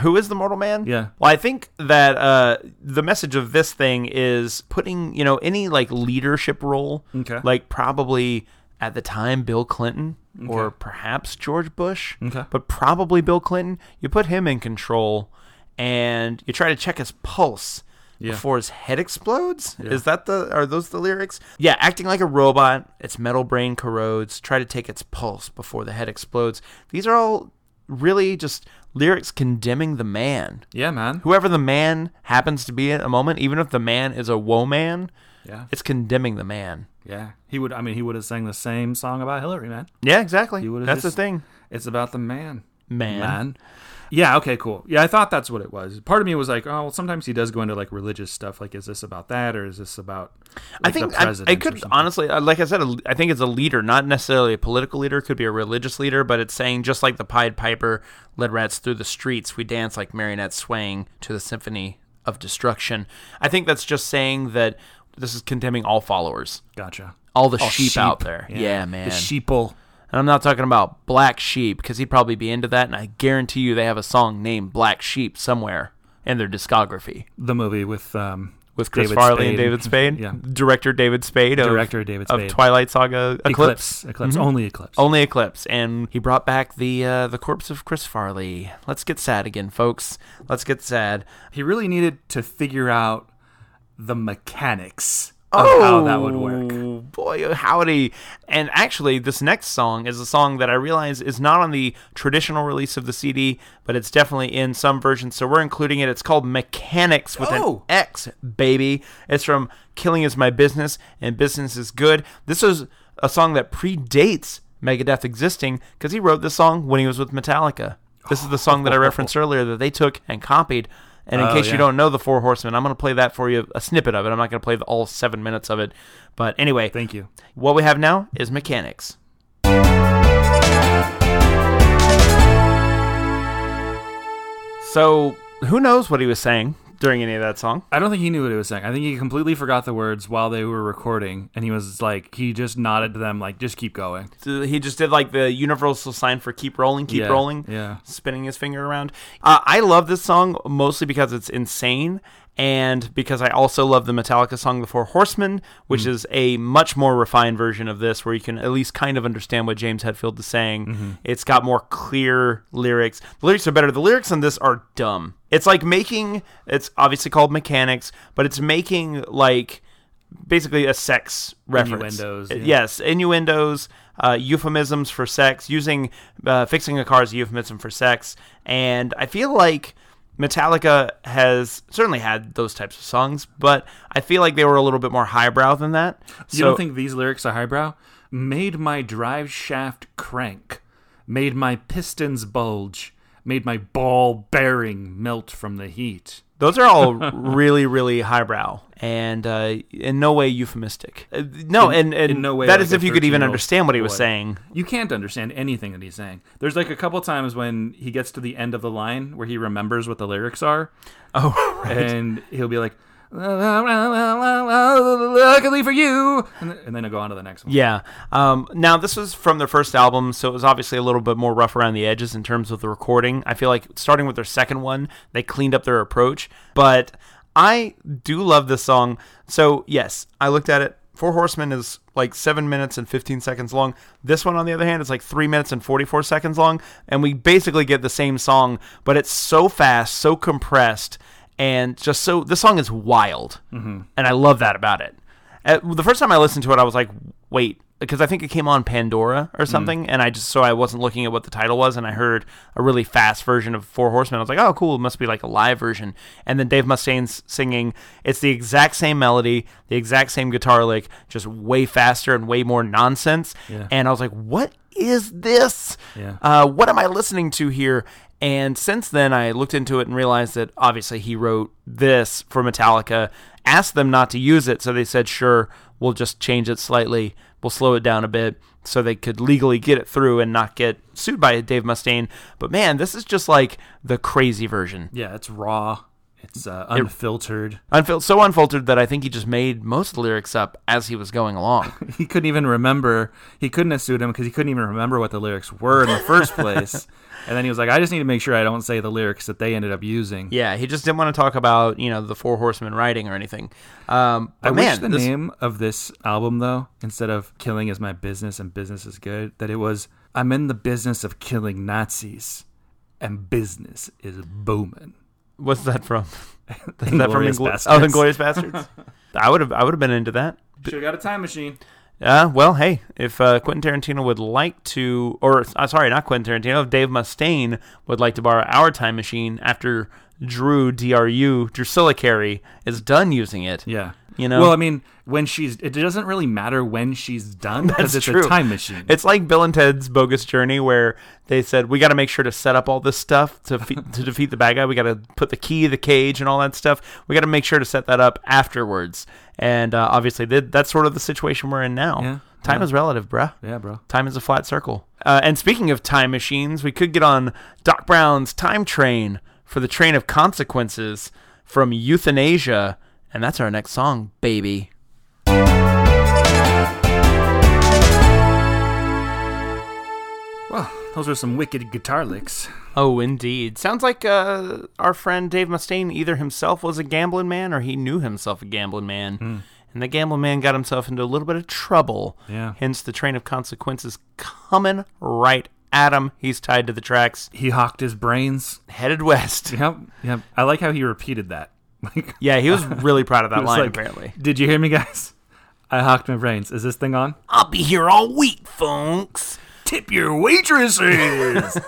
A: Who is the mortal man?
B: Yeah.
A: Well, I think that uh, the message of this thing is putting, you know, any like leadership role,
B: Okay.
A: like probably at the time Bill Clinton or perhaps George Bush,
B: Okay.
A: but probably Bill Clinton. You put him in control, and you try to check his pulse. Before his head explodes, is that the are those the lyrics? Yeah, acting like a robot, its metal brain corrodes. Try to take its pulse before the head explodes. These are all really just lyrics condemning the man
B: Yeah, man.
A: whoever the man happens to be at a moment, even if the man is a woe man,
B: Yeah.
A: it's condemning the man.
B: Yeah. He would, I mean, he would have sang the same song about Hillary, man.
A: Yeah, exactly.
B: would've
A: That's the
B: just-
A: thing,
B: It's about the man.
A: man.
B: man. Yeah, okay, cool. Yeah, I thought that's what it was. Part of me was like, oh, well, sometimes he does go into like religious stuff. Like, is this about that or is this about
A: I
B: like,
A: think
B: the
A: I,
B: president?
A: I
B: or
A: could
B: something?
A: honestly, uh, like I said, a- I think it's a leader, not necessarily a political leader. It could be a religious leader, but it's saying just like the Pied Piper led rats through the streets, we dance like marionettes swaying to the symphony of destruction. I think that's just saying that this is condemning all followers,
B: Gotcha.
A: all the
B: Oh,
A: sheep, out there. Yeah, man.
B: The sheeple.
A: And I'm not talking about Black Sheep because he'd probably be into that. And I guarantee you they have a song named Black Sheep somewhere in their discography
B: The movie with um
A: with Chris
B: David
A: Farley
B: Spade
A: and David Spade.
B: Yeah.
A: Director David Spade of,
B: Director David
A: of
B: Spade.
A: Twilight Saga Eclipse. Mm-hmm. Oh,
B: Eclipse. Eclipse. Only Eclipse.
A: Only Eclipse. And he brought back the uh, the corpse of Chris Farley. Let's get sad again, folks. Let's get sad.
B: He really needed to figure out the mechanics of how that would work.
A: Oh, Boy, oh, howdy. And actually, this next song is a song that I realize is not on the traditional release of the CD, but it's definitely in some versions. So we're including it. It's called Mechanics with
B: Oh.
A: an X, baby. It's from Killing Is My Business and Business Is Good. This is a song that predates Megadeth existing because he wrote this song when he was with Metallica. This is the song that I referenced earlier that they took and copied. And in
B: Oh,
A: case
B: yeah.
A: you don't know the Four Horsemen, I'm going to play that for you, a snippet of it. I'm not going to play the, all seven minutes of it. But anyway,
B: Thank you.
A: what we have now is mechanics.
C: Thank
A: So who knows what he was saying during any of that song?
B: I don't think he knew what he was saying. I think he completely forgot the words while they were recording, and he was like, he just nodded to them, like, just keep going.
A: So he just did like the universal sign for keep rolling, keep
B: Yeah,
A: rolling,
B: yeah.
A: spinning his finger around. Uh, I love this song mostly because it's insane and because I also love the Metallica song The Four Horsemen, which
B: Mm-hmm.
A: is a much more refined version of this where you can at least kind of understand what James Hetfield is saying.
B: Mm-hmm.
A: It's got more clear lyrics. The lyrics are better. The lyrics on this are dumb. It's like making it's obviously called mechanics, but it's making like basically a sex reference.
B: Innuendos, yeah.
A: Yes, innuendos, uh, euphemisms for sex, using uh, fixing a car as a euphemism for sex, and I feel like Metallica has certainly had those types of songs, but I feel like they were a little bit more highbrow than that.
B: You
A: so
B: don't think these lyrics are highbrow? Made my drive shaft crank, made my pistons bulge, made my ball bearing melt from the heat.
A: those are all really, really highbrow and uh, in no way euphemistic. Uh, no, and, and
B: in no way
A: that
B: like
A: is
B: a
A: if you could even
B: 13-year-old
A: understand what he was
B: would.
A: saying.
B: You can't understand anything that he's saying. There's like a couple times when he gets to the end of the line where he remembers what the lyrics are,
A: Oh, right.
B: and he'll be like, "Luckily for you," and th- and then he'll go on to the next one.
A: Yeah. Um, now this was from their first album, so it was obviously a little bit more rough around the edges in terms of the recording. I feel like starting with their second one, they cleaned up their approach. But I do love this song. So yes, I looked at it. Four Horsemen is like seven minutes and fifteen seconds long. This one, on the other hand, is like three minutes and forty-four seconds long, and we basically get the same song, but it's so fast, so compressed, and just so. This song is wild, and I love that about it. Uh the first time I listened to it, I was like, wait, because I think it came on Pandora
B: Mm.
A: or something, and I just so I wasn't looking at what the title was, and I heard a really fast version of Four Horsemen. I was like, oh, cool, it must be like a live version. And then Dave Mustaine's singing. It's the exact same melody, the exact same guitar lick, just way faster and way more nonsense.
B: Yeah.
A: And I was like, what is this?
B: Yeah.
A: uh, what am I listening to here? And since then, I looked into it and realized that obviously he wrote this for Metallica, asked them not to use it. So they said, sure, we'll just change it slightly. We'll slow it down a bit so they could legally get it through and not get sued by Dave Mustaine. But man, this is just like the crazy version.
B: Yeah, it's raw. It's uh, unfiltered.
A: Unfil- so unfiltered that I think he just made most of the lyrics up as he was going along.
B: he couldn't even remember. He couldn't have sued him because he couldn't even remember what the lyrics were in the first place. And then he was like, I just need to make sure I don't say the lyrics that they ended up using.
A: yeah, he just didn't want to talk about, you know, the Four Horsemen riding or anything. Um, but
B: I
A: man,
B: wish the
A: this-
B: name of this album, though, instead of Killing is My Business and Business is Good, that it was I'm in the business of killing Nazis and business is booming.
A: what's that from?
B: Is
A: that from Inglo- Oh, Inglorious Bastards. I would have. I would have been into that.
B: Should have got a time machine.
A: Uh, well, hey, if uh, Quentin Tarantino would like to, or uh, sorry, not Quentin Tarantino, if Dave Mustaine would like to borrow our time machine after Drew Dru Drusilla Carey is done using it.
B: Yeah.
A: You know?
B: Well, I mean, when she's, it doesn't really matter when she's done because
A: That's
B: it's
A: true.
B: a time machine.
A: It's like Bill and Ted's Bogus Journey, where they said we got to make sure to set up all this stuff to fe- to defeat the bad guy. We got to put the key, the cage, and all that stuff. We got to make sure to set that up afterwards. And uh, obviously, th- that's sort of the situation we're in now.
B: Yeah,
A: Time is relative, bruh.
B: yeah, bro.
A: Time is a flat circle. Uh, and speaking of time machines, we could get on Doc Brown's time train for the train of consequences from Euthanasia, and that's our next song, baby.
B: Well, those were some wicked guitar licks.
A: Oh, indeed. Sounds like uh, our friend Dave Mustaine either himself was a gambling man or he knew himself a gambling man. And the gambling man got himself into a little bit of trouble.
B: Yeah.
A: Hence the train of consequences coming right at him. He's tied to the tracks,
B: He hawked his brains.
A: headed west.
B: Yep, yep. I like how he repeated that. Like,
A: Yeah, he was really proud of that
B: it's
A: line,
B: like,
A: apparently.
B: Did you hear me, guys? I hawked my brains. Is this thing on?
A: I'll be here all week, folks.
B: Tip your waitresses.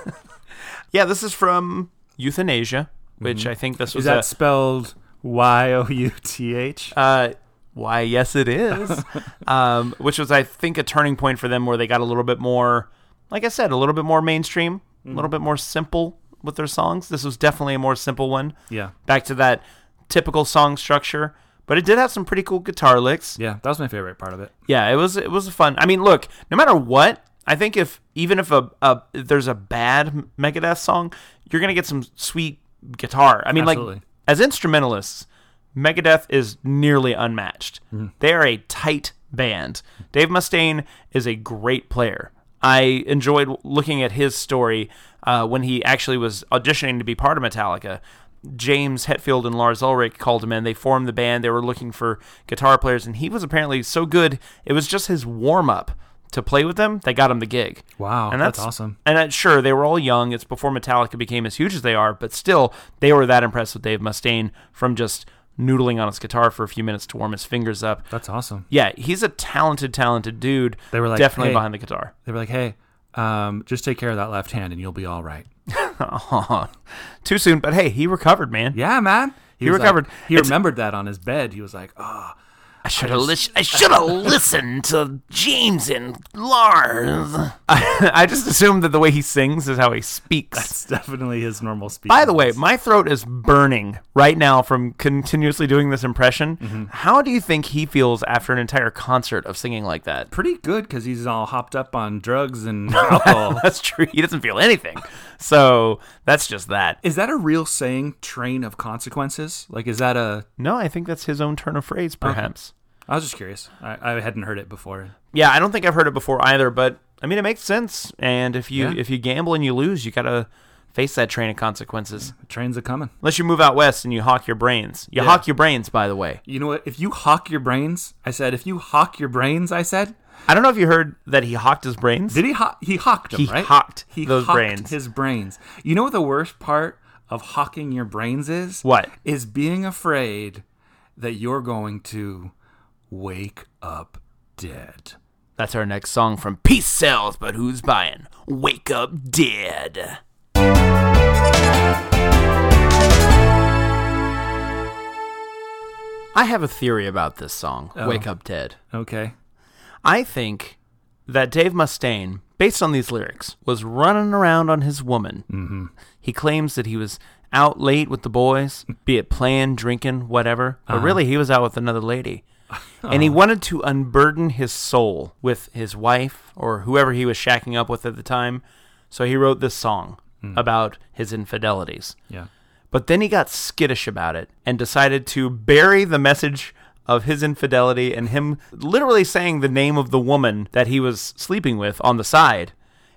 A: Yeah, this is from Euthanasia, which I think this
B: Is
A: was
B: that spelled Y O U T H?
A: a. Uh, why, yes, it is. um, which was, I think, a turning point for them where they got a little bit more, like I said, a little bit more mainstream, a
B: Mm.
A: little bit more simple with their songs. This was definitely a more simple one.
B: Yeah,
A: Back to that typical song structure, but it did have some pretty cool guitar licks.
B: yeah. That was my favorite part of it.
A: Yeah, it was it was fun. I mean, look, no matter what, I think if even if a, a if there's a bad Megadeth song, you're gonna get some sweet guitar. I mean,
B: Absolutely.
A: like as instrumentalists, Megadeth is nearly unmatched.
B: Mm-hmm.
A: They are a tight band. Dave Mustaine is a great player. I enjoyed looking at his story uh, when he actually was auditioning to be part of Metallica. James Hetfield and Lars Ulrich called him in. They formed the band. They were looking for guitar players, and he was apparently so good. It was just his warm up to play with them. They got him the gig.
B: Wow,
A: and
B: that's
A: that's,
B: awesome.
A: And that, sure, they were all young. It's before Metallica became as huge as they are, but still, they were that impressed with Dave Mustaine from just noodling on his guitar for a few minutes to warm his fingers up.
B: That's awesome.
A: Yeah, he's a talented, talented dude.
B: They were like,
A: definitely
B: "Hey."
A: behind the guitar.
B: They were like, "Hey, um, just take care of that left hand, and you'll be all right."
A: Too soon, but hey, he recovered, man.
B: Yeah, man. He,
A: was like-
B: he
A: It's-
B: remembered that on his bed. He was like, "Oh,
A: I should have lis- I should have listened to James and Lars. I, I just assumed that the way he sings is how he speaks.
B: it's definitely his normal speech."
A: By the way, my throat is burning right now from continuously doing this impression.
B: Mm-hmm.
A: How do you think he feels after an entire concert of singing like that?
B: pretty good because he's all hopped up on drugs and alcohol.
A: That's true. He doesn't feel anything. So that's just that.
B: is that a real saying? Train of consequences. Like, is that a?
A: No, I think that's his own turn of phrase, perhaps.
B: I was just curious. I, I hadn't heard it before.
A: Yeah, I don't think I've heard it before either, but I mean, it makes sense. And if you
B: Yeah.
A: if you gamble and you lose, you gotta face that train of consequences.
B: Trains are coming.
A: Unless you move out west and you hawk your brains. You hawk your brains, by the way.
B: You know what? If you hawk your brains, I said. If you hawk your brains, I said.
A: I don't know if you heard that he hawked his brains.
B: Did he? Ho- he hawked them,
A: He
B: right?
A: hawked those
B: hawked
A: brains.
B: His brains. You know what the worst part of hawking your brains is?
A: What?
B: is being afraid that you're going to wake up dead.
A: That's our next song from Peace Sells, but who's buying? Wake Up Dead. I have a theory about this song, Wake Up Dead.
B: Okay.
A: I think that Dave Mustaine, based on these lyrics, was running around on his woman. Mm-hmm. He claims that he was out late with the boys, be it playing, drinking, whatever, but really he was out with another lady. And he wanted to unburden his soul with his wife or whoever he was shacking up with at the time. So he wrote this song about his infidelities.
B: Yeah.
A: But then he got skittish about it and decided to bury the message of his infidelity and him literally saying the name of the woman that he was sleeping with on the side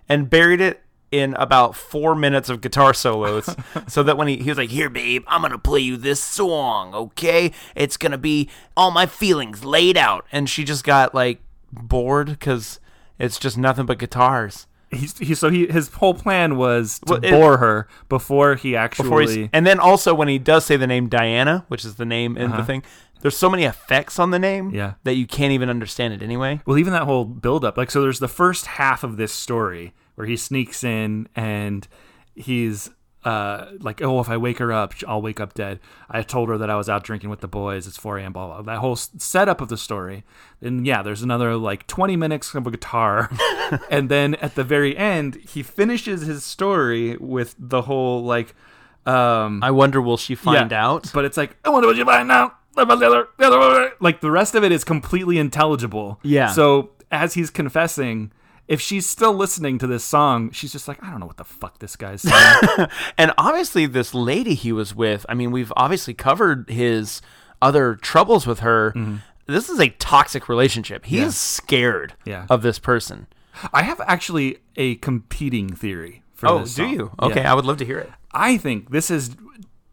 A: and buried it in about four minutes of guitar solos so that when he, he was like here babe i'm gonna play you this song okay it's gonna be all my feelings laid out and she just got like bored because it's just nothing but guitars
B: He's, he, so he his whole plan was to
A: Well, it-
B: bore her before he actually.
A: before he's- and then also when he does say the name Diana, which is the name in the thing, there's so many effects on the name
B: Uh-huh. Yeah.
A: that you can't even understand it anyway.
B: well, even that whole build up. Like, so there's the first half of this story where he sneaks in and he's uh, like, oh, if I wake her up, I'll wake up dead. I told her that I was out drinking with the boys. It's 4 a.m. Blah, blah, blah. That whole s- setup of the story. And yeah, there's another like 20 minutes of a guitar. and then at the very end, he finishes his story with the whole like, um,
A: I wonder will she find
B: yeah,
A: out?
B: But it's like, I wonder what you find out. Like the rest of it is completely intelligible.
A: Yeah.
B: So as he's confessing, if she's still listening to this song, she's just like, I don't know what the fuck this guy's saying.
A: And obviously this lady he was with, I mean, we've obviously covered his other troubles with her.
B: Mm-hmm.
A: This is a toxic relationship. He is scared
B: Yeah.
A: of this person.
B: I have actually a competing theory for
A: Oh,
B: this.
A: do
B: song.
A: you? Okay,
B: Yeah.
A: I would love to hear it.
B: I think this is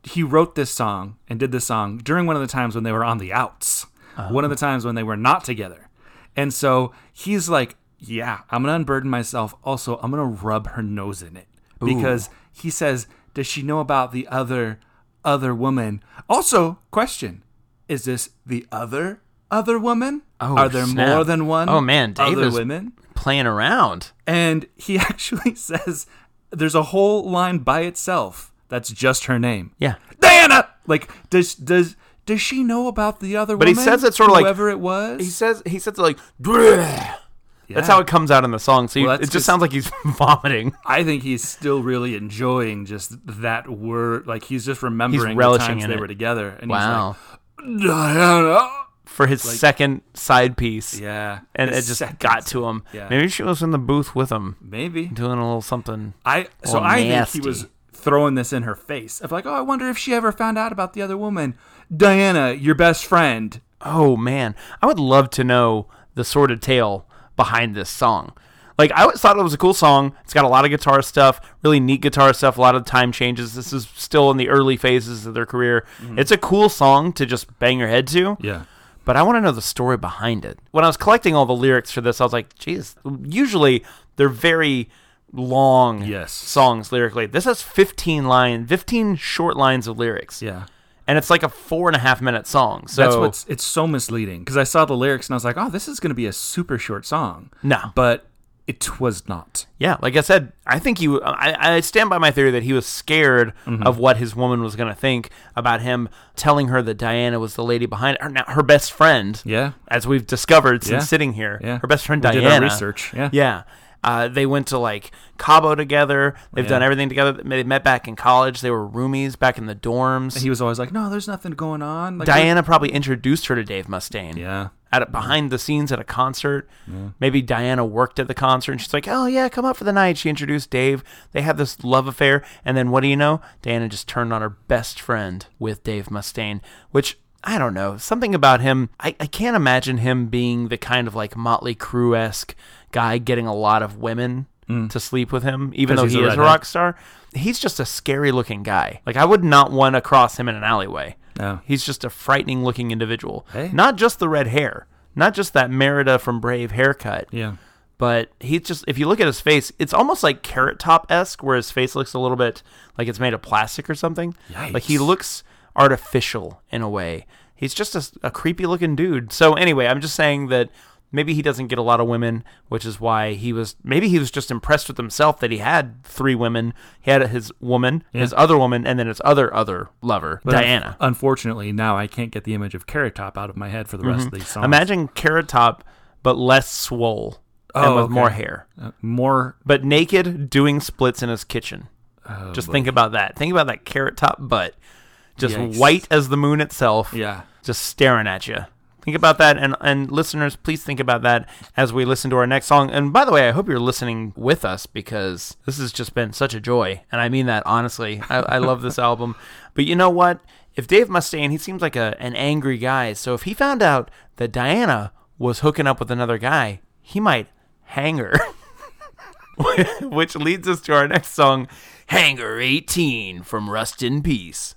B: he wrote this song and did this song during one of the times when they were on the outs. One of the times when they were not together. And so he's like, Yeah, I'm gonna unburden myself. Also, I'm gonna rub her nose in it. Because he says, Does she know about the other other woman? Also, question, is this the other other woman?
A: Oh,
B: Are there
A: snap.
B: more than one?
A: Oh, man, Dave
B: other
A: is-
B: women?
A: Playing around.
B: And he actually says there's a whole line by itself that's just her name.
A: Yeah.
B: Diana. Like, does does does she know about the other?
A: But he
B: woman?
A: says it sorta like-
B: whoever it was.
A: He says he says like "Bleh." That's
B: Yeah.
A: how it comes out in the song. So you,
B: Well,
A: it
B: that's
A: just
B: just-
A: sounds like he's vomiting.
B: I think he's still really enjoying just that word. Like he's just remembering the
A: relishing
B: times
A: in
B: they
A: it.
B: were together. And
A: Wow.
B: He's like, Diana.
A: for his second side piece.
B: Yeah.
A: And
B: His
A: it just
B: second
A: got
B: son.
A: to him.
B: Yeah.
A: Maybe she was in the booth with him
B: Maybe.
A: doing a little something.
B: I so
A: Or
B: I think
A: Oh, nasty.
B: he was throwing this in her face of like, oh, I wonder if she ever found out about the other woman, Diana, your best friend.
A: Oh man, I would love to know the sordid tale behind this song. Like I always thought it was a cool song. It's got a lot of guitar stuff, really neat guitar stuff. A lot of time changes. This is still in the early phases of their career. It's a cool song to just bang your head to.
B: Mm-hmm. Yeah.
A: But I want to know the story behind it. When I was collecting all the lyrics for this, I was like, geez, usually they're very long
B: Yes.
A: songs lyrically. This has 15 line, 15 short lines of lyrics.
B: Yeah.
A: And it's like a four and a half minute song. So
B: That's what's it's so misleading because I saw the lyrics and I was like, oh, this is going to be a super short song.
A: No.
B: but it was not.
A: Yeah, like I said, I think he. I, I stand by my theory that he was scared
B: Mm-hmm.
A: of what his woman was going to think about him telling her that Diana was the lady behind her, now, her best friend.
B: Yeah.
A: as we've discovered since
B: Yeah.
A: sitting here,
B: Yeah.
A: her best friend
B: We did
A: Diana.
B: our research. Yeah.
A: yeah. Uh, they went to like Cabo together. They've done
B: Yeah.
A: everything together. They met back in college. They were roomies back in the dorms.
B: He was always like, no, there's nothing going on. Like,
A: Diana probably introduced her to Dave Mustaine.
B: Yeah.
A: At a, behind the scenes at a concert. Maybe Diana worked at the concert and she's like, "Oh yeah, come up for the night." She introduced Dave. They had this love affair, and then what do you know? Diana just turned on her best friend with Dave Mustaine, which I don't know. Something about him, I, I can't imagine him being the kind of like Motley Crue esque guy getting a lot of women to sleep with him, even though
B: 'Cause Mm. he's
A: he
B: a
A: is a
B: redhead.
A: rock star. He's just a scary looking guy. Like I would not want to cross him in an alleyway.
B: No.
A: He's just a frightening looking individual.
B: Hey.
A: Not just the red hair, not just that Merida from Brave haircut,
B: Yeah.
A: but he just, if you look at his face, it's almost like Carrot Top esque, where his face looks a little bit like it's made of plastic or something. Like he
B: Yikes.
A: looks artificial in a way. He's just a, creepy looking dude. So, anyway, I'm just saying that maybe he doesn't get a lot of women, which is why he was, maybe he was just impressed with himself that he had three women. He had his woman, his other woman, and then his other, other lover,
B: But un-
A: Diana.
B: unfortunately, now I can't get the image of Carrot Top out of my head for the rest of these songs.
A: Mm-hmm. Imagine Carrot Top, but less swole and
B: Oh,
A: with
B: okay.
A: more hair,
B: Uh, more. uh,
A: but naked doing splits in his kitchen.
B: Oh,
A: just think about that. Think about that Carrot Top butt, just
B: Yikes.
A: white as the moon itself,
B: Yeah.
A: just staring at you. Think about that, and and listeners, please think about that as we listen to our next song. And by the way, I hope you're listening with us because this has just been such a joy, and I mean that honestly. I, I love this album, but you know what? If Dave Mustaine, he seems like a an angry guy, so if he found out that Diana was hooking up with another guy, he might hang her. Which leads us to our next song, "Hanger 18" from Rust in Peace.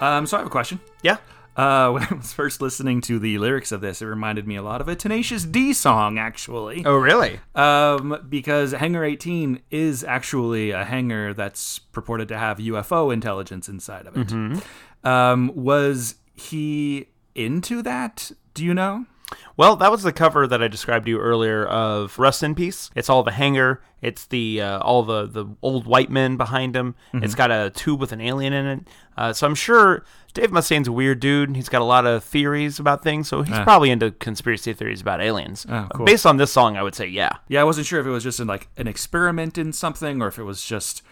B: Um, so I have a question.
A: Yeah.
B: Uh, when I was first listening to the lyrics of this, it reminded me a lot of a Tenacious D song, actually.
A: Oh, really?
B: Um, because Hangar 18 is actually a hangar that's purported to have UFO intelligence inside of it.
A: Mm-hmm.
B: Um, was he into that? Do you know?
A: Well, that was the cover that I described to you earlier of Rust in Peace. It's all the hanger. It's the uh, all the the old white men behind him.
B: Mm-hmm.
A: It's got a tube with an alien in it. Uh, so I'm sure Dave Mustaine's a weird dude. and He's got a lot of theories about things. So he's probably into conspiracy theories about aliens.
B: Oh, Ah. cool.
A: Based on this song, I would say yeah.
B: Yeah, I wasn't sure if it was just in like an experiment in something or if it was just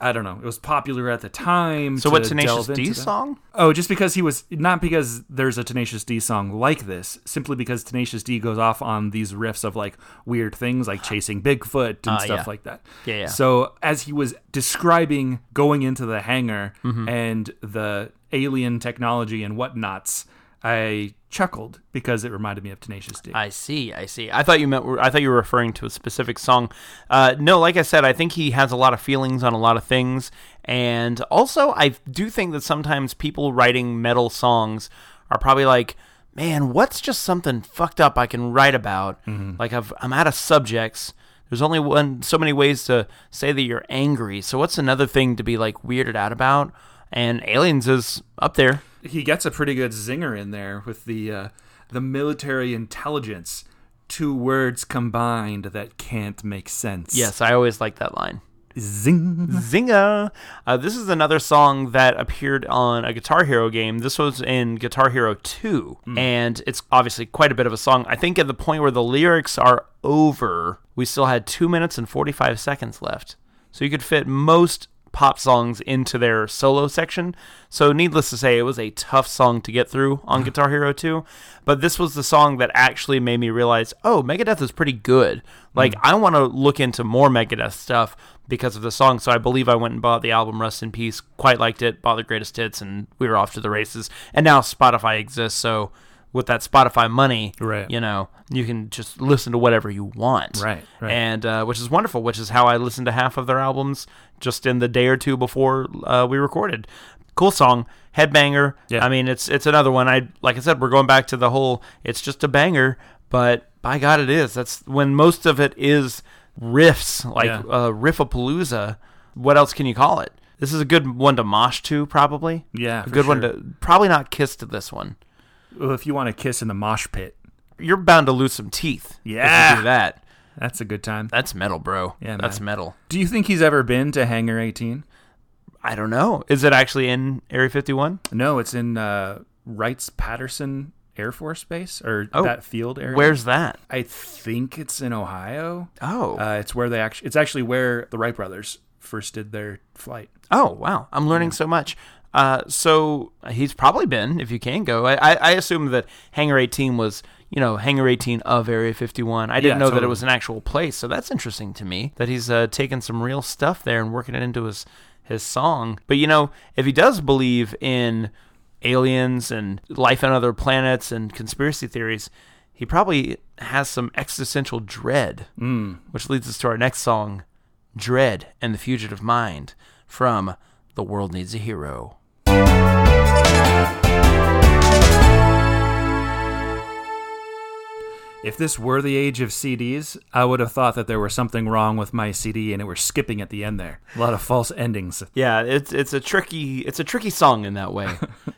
B: I don't know. It was popular at the time.
A: So
B: to
A: what Tenacious
B: delve
A: D
B: into that.
A: song?
B: Oh, just because he was not because there's a Tenacious D song like this, simply because Tenacious D goes off on these riffs of like weird things like chasing Bigfoot and stuff
A: Ah, yeah.
B: like that.
A: Yeah, yeah.
B: So as he was describing going into the hangar
A: Mm-hmm.
B: and the alien technology and whatnots, I chuckled because it reminded me of Tenacious D.
A: I see. I see. I thought you meant. I thought you were referring to a specific song. Uh, no, like I said, I think he has a lot of feelings on a lot of things, and also I do think that sometimes people writing metal songs are probably like, "Man, what's just something fucked up I can write about? Like I've, I'm out of subjects." There's only one, so many ways to say that you're angry. So what's another thing to be like weirded out about? And aliens is up there.
B: he gets a pretty good zinger in there with the uh, the military intelligence. Two words combined that can't make sense.
A: Yes, I always like that line.
B: Zing.
A: Zinga! Uh, this is another song that appeared on a Guitar Hero game. This was in Guitar Hero 2, and it's obviously quite a bit of a song. I think at the point where the lyrics are over, we still had 2 minutes and 45 seconds left. So you could fit most pop songs into their solo section. So, needless to say, it was a tough song to get through on Guitar Hero 2. But this was the song that actually made me realize, oh, Megadeth is pretty good. Like,
B: Hmm.
A: I want to look into more Megadeth stuff because of the song. So, I believe I went and bought the album Rest in Peace, quite liked it, bought the greatest hits, and we were off to the races. And now Spotify exists. So, with that Spotify money,
B: Right.
A: you know, you can just listen to whatever you want
B: Right, right.
A: and uh, which is wonderful, which is how I listened to half of their albums just in the day or two before uh, we recorded. Cool song, headbanger.
B: Yeah.
A: I mean, it's it's another one. I like I said, we're going back to the whole. It's just a banger, but by God, it is. That's when most of it is riffs, like
B: Yeah.
A: uh, riffapalooza. What else can you call it? This is a good one to mosh to, probably.
B: Yeah,
A: a
B: for
A: good one
B: sure.
A: to probably not kiss to this one.
B: Well, if you want to kiss in the mosh pit,
A: You're bound to lose some teeth. if
B: Yeah.
A: you do that.
B: that's a good time.
A: That's metal, bro.
B: Yeah,
A: that's
B: man.
A: metal.
B: Do you think he's ever been to Hangar 18?
A: I don't know. Is it actually in Area 51?
B: No, it's in uh, Wrights Patterson Air Force Base or
A: Oh.
B: that field area.
A: Where's that?
B: I think it's in Ohio.
A: Oh.
B: Uh, it's where they actually. It's actually where the Wright brothers first did their flight.
A: oh, wow. I'm learning so much. Uh, so he's probably been, if you can go. I, I, I assume that Hangar 18 was, you know, Hangar 18 of Area 51. I didn't
B: Yeah,
A: know that it
B: totally.
A: was an actual place. So that's interesting to me that he's uh, taking some real stuff there and working it into his his song. But you know, if he does believe in aliens and life on other planets and conspiracy theories, he probably has some existential dread, mm. which leads us to our next song, Dread and the Fugitive Mind from The World Needs a Hero.
B: If this were the age of CDs, I would have thought that there was something wrong with my CD and it were skipping at the end there. A lot of false endings.
A: Yeah, it's it's a tricky it's a tricky song in that way,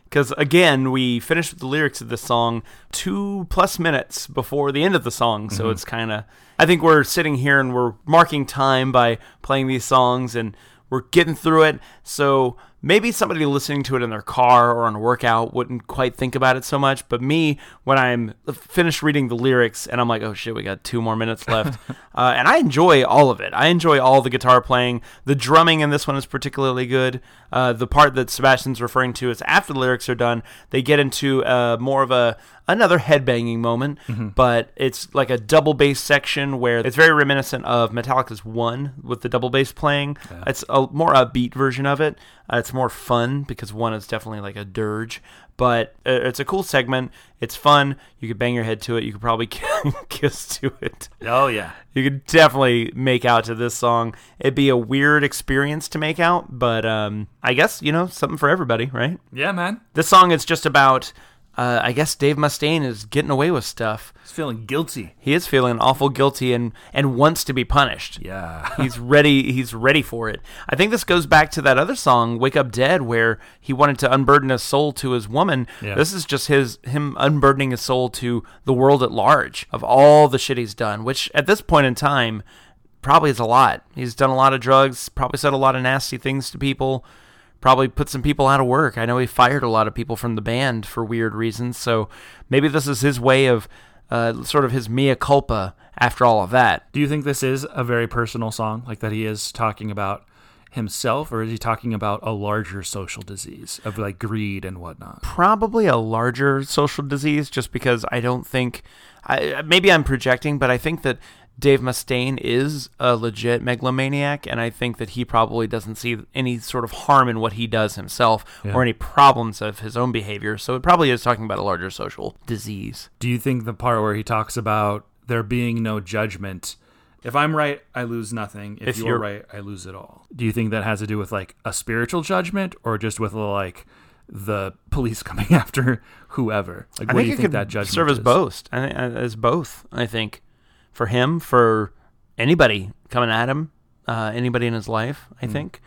A: because again we finished the lyrics of this song two plus minutes before the end of the song, so it's kind of I think we're sitting here and we're marking time by playing these songs and we're getting through it. So maybe somebody listening to it in their car or on a workout wouldn't quite think about it so much, but me when I'm finished reading the lyrics and I'm like, oh shit, we got two more minutes left, uh, and I enjoy all of it. I enjoy all the guitar playing. The drumming in this one is particularly good. Uh, the part that Sebastian's referring to is after the lyrics are done, they get into uh, more of a another headbanging moment, but it's like a double bass section where it's very reminiscent of Metallica's One with the double bass playing. It's a more upbeat version of it. Uh, it's more fun because One is definitely like a dirge, but uh, it's a cool segment. It's fun. You could bang your head to it. You could probably kiss to it.
B: Oh yeah,
A: You could definitely make out to this song. It'd be a weird experience to make out, but um, I guess, you know, something for everybody, right?
B: yeah, man.
A: This song is just about, uh, I guess, Dave Mustaine is getting away with stuff.
B: It's feeling guilty.
A: He is feeling awful guilty and, and wants to be punished.
B: Yeah.
A: He's ready. He's ready for it. I think this goes back to that other song, "Wake Up Dead," where he wanted to unburden his soul to his woman.
B: Yeah.
A: This is just his him unburdening his soul to the world at large of all the shit he's done, which at this point in time probably is a lot. He's done a lot of drugs. Probably said a lot of nasty things to people. Probably put some people out of work. I know he fired a lot of people from the band for weird reasons. So maybe this is his way of uh, sort of his mea culpa after all of that.
B: Do you think this is a very personal song, like that he is talking about himself, or is he talking about a larger social disease of like greed and whatnot?
A: probably a larger social disease just because I don't think I maybe I'm projecting, but I think that Dave Mustaine is a legit megalomaniac and I think that he probably doesn't see any sort of harm in what he does himself or any problems of his own behavior. So it probably is talking about a larger social disease.
B: Do you think the part where he talks about there being no judgment? If I'm right, I lose nothing. If,
A: If
B: you're,
A: you're-
B: right, I lose it all. Do you think that has to do with like a spiritual judgment or just with like the police coming after whoever? Like, what do you
A: it
B: think
A: could
B: that judgment
A: serve as
B: is?
A: both. I think as both. I think for him, for anybody coming at him, uh, anybody in his life. I
B: Hmm.
A: think.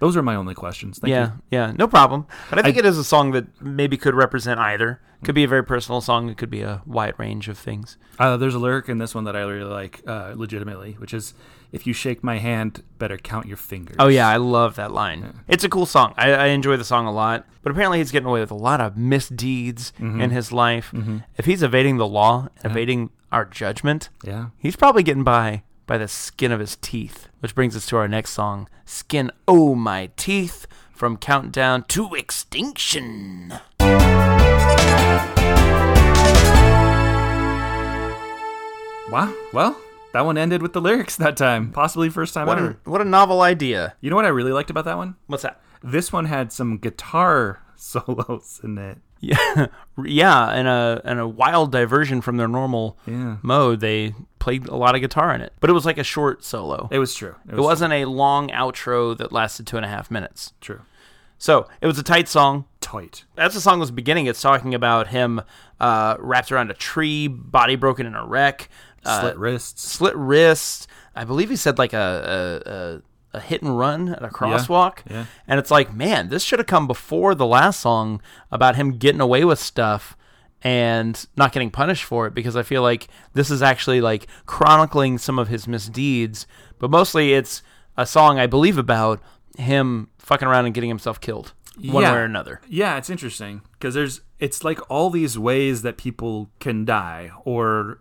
B: Those are my only questions. Thank
A: yeah,
B: you.
A: yeah, no problem. But I think it is a song that maybe could represent either. Could be a very personal song. It could be a wide range of things.
B: Uh, there's a lyric in this one that I really like, uh, legitimately, which is, "If you shake my hand, better count your fingers."
A: Oh yeah, I love that line. It's a cool song. I, I enjoy the song a lot. But apparently, he's getting away with a lot of misdeeds in his Mm-hmm. life. If he's evading the law, evading our judgment,
B: yeah.
A: he's probably getting by by the skin of his teeth. Which brings us to our next song, Skin Oh My Teeth, from Countdown to Extinction.
B: Wow. Well, that one ended with the lyrics that time. Possibly first time
A: What
B: ever.
A: a, what a novel idea.
B: You know what I really liked about that one?
A: What's that?
B: This one had some guitar solos in it.
A: Yeah, yeah, and a and a wild diversion from their normal
B: Yeah.
A: mode. They played a lot of guitar in it, but it was like a short solo.
B: It was true. It
A: It wasn't a long outro that lasted two and a half minutes.
B: true.
A: So it was a tight song.
B: Tight.
A: As the song was beginning, it's talking about him uh, wrapped around a tree, body broken in a wreck, uh,
B: Slit wrists.
A: slit wrist. I believe he said like a a, a, a hit and run at a crosswalk.
B: yeah.
A: And it's like, man, this should have come before the last song about him getting away with stuff and not getting punished for it because I feel like this is actually like chronicling some of his misdeeds, but mostly it's a song I believe about him fucking around and getting himself killed one
B: Yeah.
A: way or another.
B: Yeah, it's interesting because there's it's like all these ways that people can die or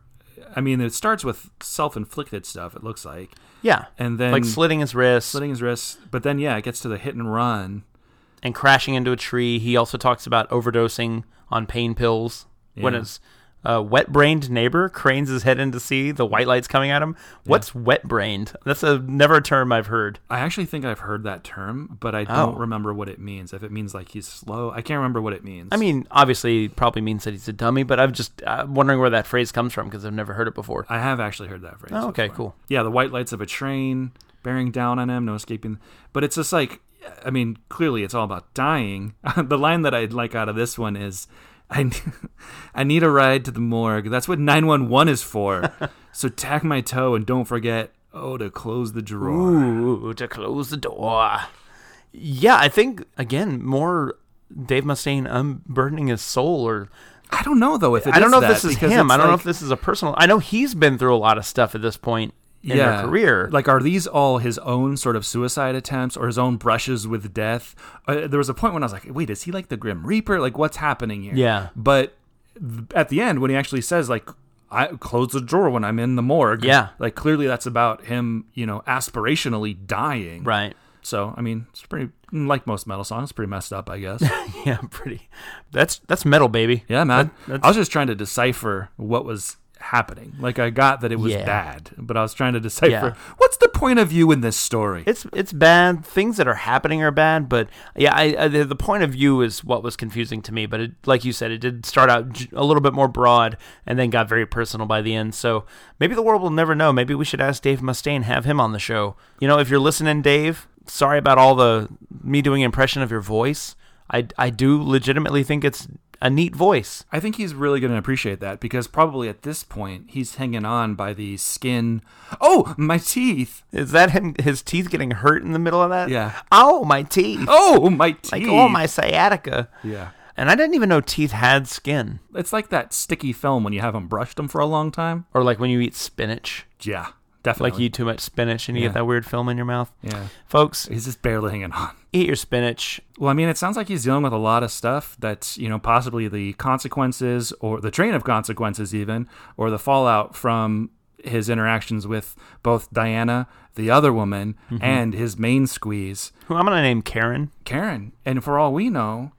B: I mean, it starts with self-inflicted stuff it looks like.
A: Yeah.
B: And then
A: like slitting his wrist
B: slitting his wrists, but then yeah, it gets to the hit and run.
A: and crashing into a tree. He also talks about overdosing on pain pills when
B: Yeah.
A: his uh, wet brained neighbor cranes his head in to see the white lights coming at him. What's wet brained? That's a never a term I've heard.
B: I actually think I've heard that term, but I don't
A: Oh.
B: remember what it means. If it means like he's slow, I can't remember what it means.
A: I mean, obviously, it probably means that he's a dummy, but I'm just uh, wondering where that phrase comes from because I've never heard it before.
B: I have actually heard that phrase.
A: Oh, okay,
B: before.
A: cool.
B: Yeah, the white lights of a train bearing down on him, no escaping. But it's just like, I mean, clearly it's all about dying. the line that I'd like out of this one is, I, I need a ride to the morgue. That's what 911 is for. so tack my toe and don't forget, oh, to close the drawer.
A: Ooh, to close the door. Yeah, I think, again, more Dave Mustaine unburdening his soul or
B: I don't know, though, if it
A: I don't
B: is
A: know if
B: that,
A: this is
B: because
A: him.
B: it's
A: I don't know
B: like-
A: if this is a personal. I know he's been through a lot of stuff at this point in
B: yeah.
A: their career.
B: Like, are these all his own sort of suicide attempts or his own brushes with death? Uh, there was a point when I was like, wait, is he like the Grim Reaper? Like, what's happening here?
A: Yeah.
B: But th- at the end, when he actually says, like, I close the drawer when I'm in the morgue.
A: Yeah.
B: Like, clearly that's about him, you know, aspirationally dying.
A: right.
B: So, I mean, it's pretty, like most metal songs, pretty messed up, I guess.
A: Yeah, pretty. That's that's metal, baby.
B: yeah, man. I was just trying to decipher what was happening. Like, I got that it was
A: Yeah.
B: bad, but I was trying to decipher
A: Yeah.
B: what's the point of view in this story?
A: It's it's bad. Things that are happening are bad, but yeah, I, I the the point of view is what was confusing to me. But it, like you said, it did start out j- a little bit more broad and then got very personal by the end. So maybe the world will never know. Maybe we should ask Dave Mustaine, have him on the show. You know, if you're listening, Dave, sorry about all the me doing impression of your voice. I I do legitimately think it's a neat voice.
B: I think he's really going to appreciate that because probably at this point he's hanging on by the skin. Oh, my teeth.
A: Is that him? His teeth getting hurt in the middle of that?
B: Yeah.
A: Oh, my teeth.
B: Oh, my teeth.
A: Like, oh, my sciatica.
B: Yeah.
A: And I didn't even know teeth had skin.
B: It's like that sticky film when you haven't brushed them for a long time.
A: Or like when you eat spinach,
B: Yeah,
A: like
B: definitely.
A: you eat too much spinach and you
B: Yeah.
A: get that weird film in your mouth.
B: Yeah.
A: Folks,
B: He's just barely hanging on.
A: eat your spinach.
B: Well, I mean, it sounds like he's dealing with a lot of stuff that's, you know, possibly the consequences or the train of consequences, even, or the fallout from his interactions with both Diana, the other woman,
A: Mm-hmm.
B: and his main squeeze.
A: Who I'm going to name Karen.
B: Karen. And for all we know,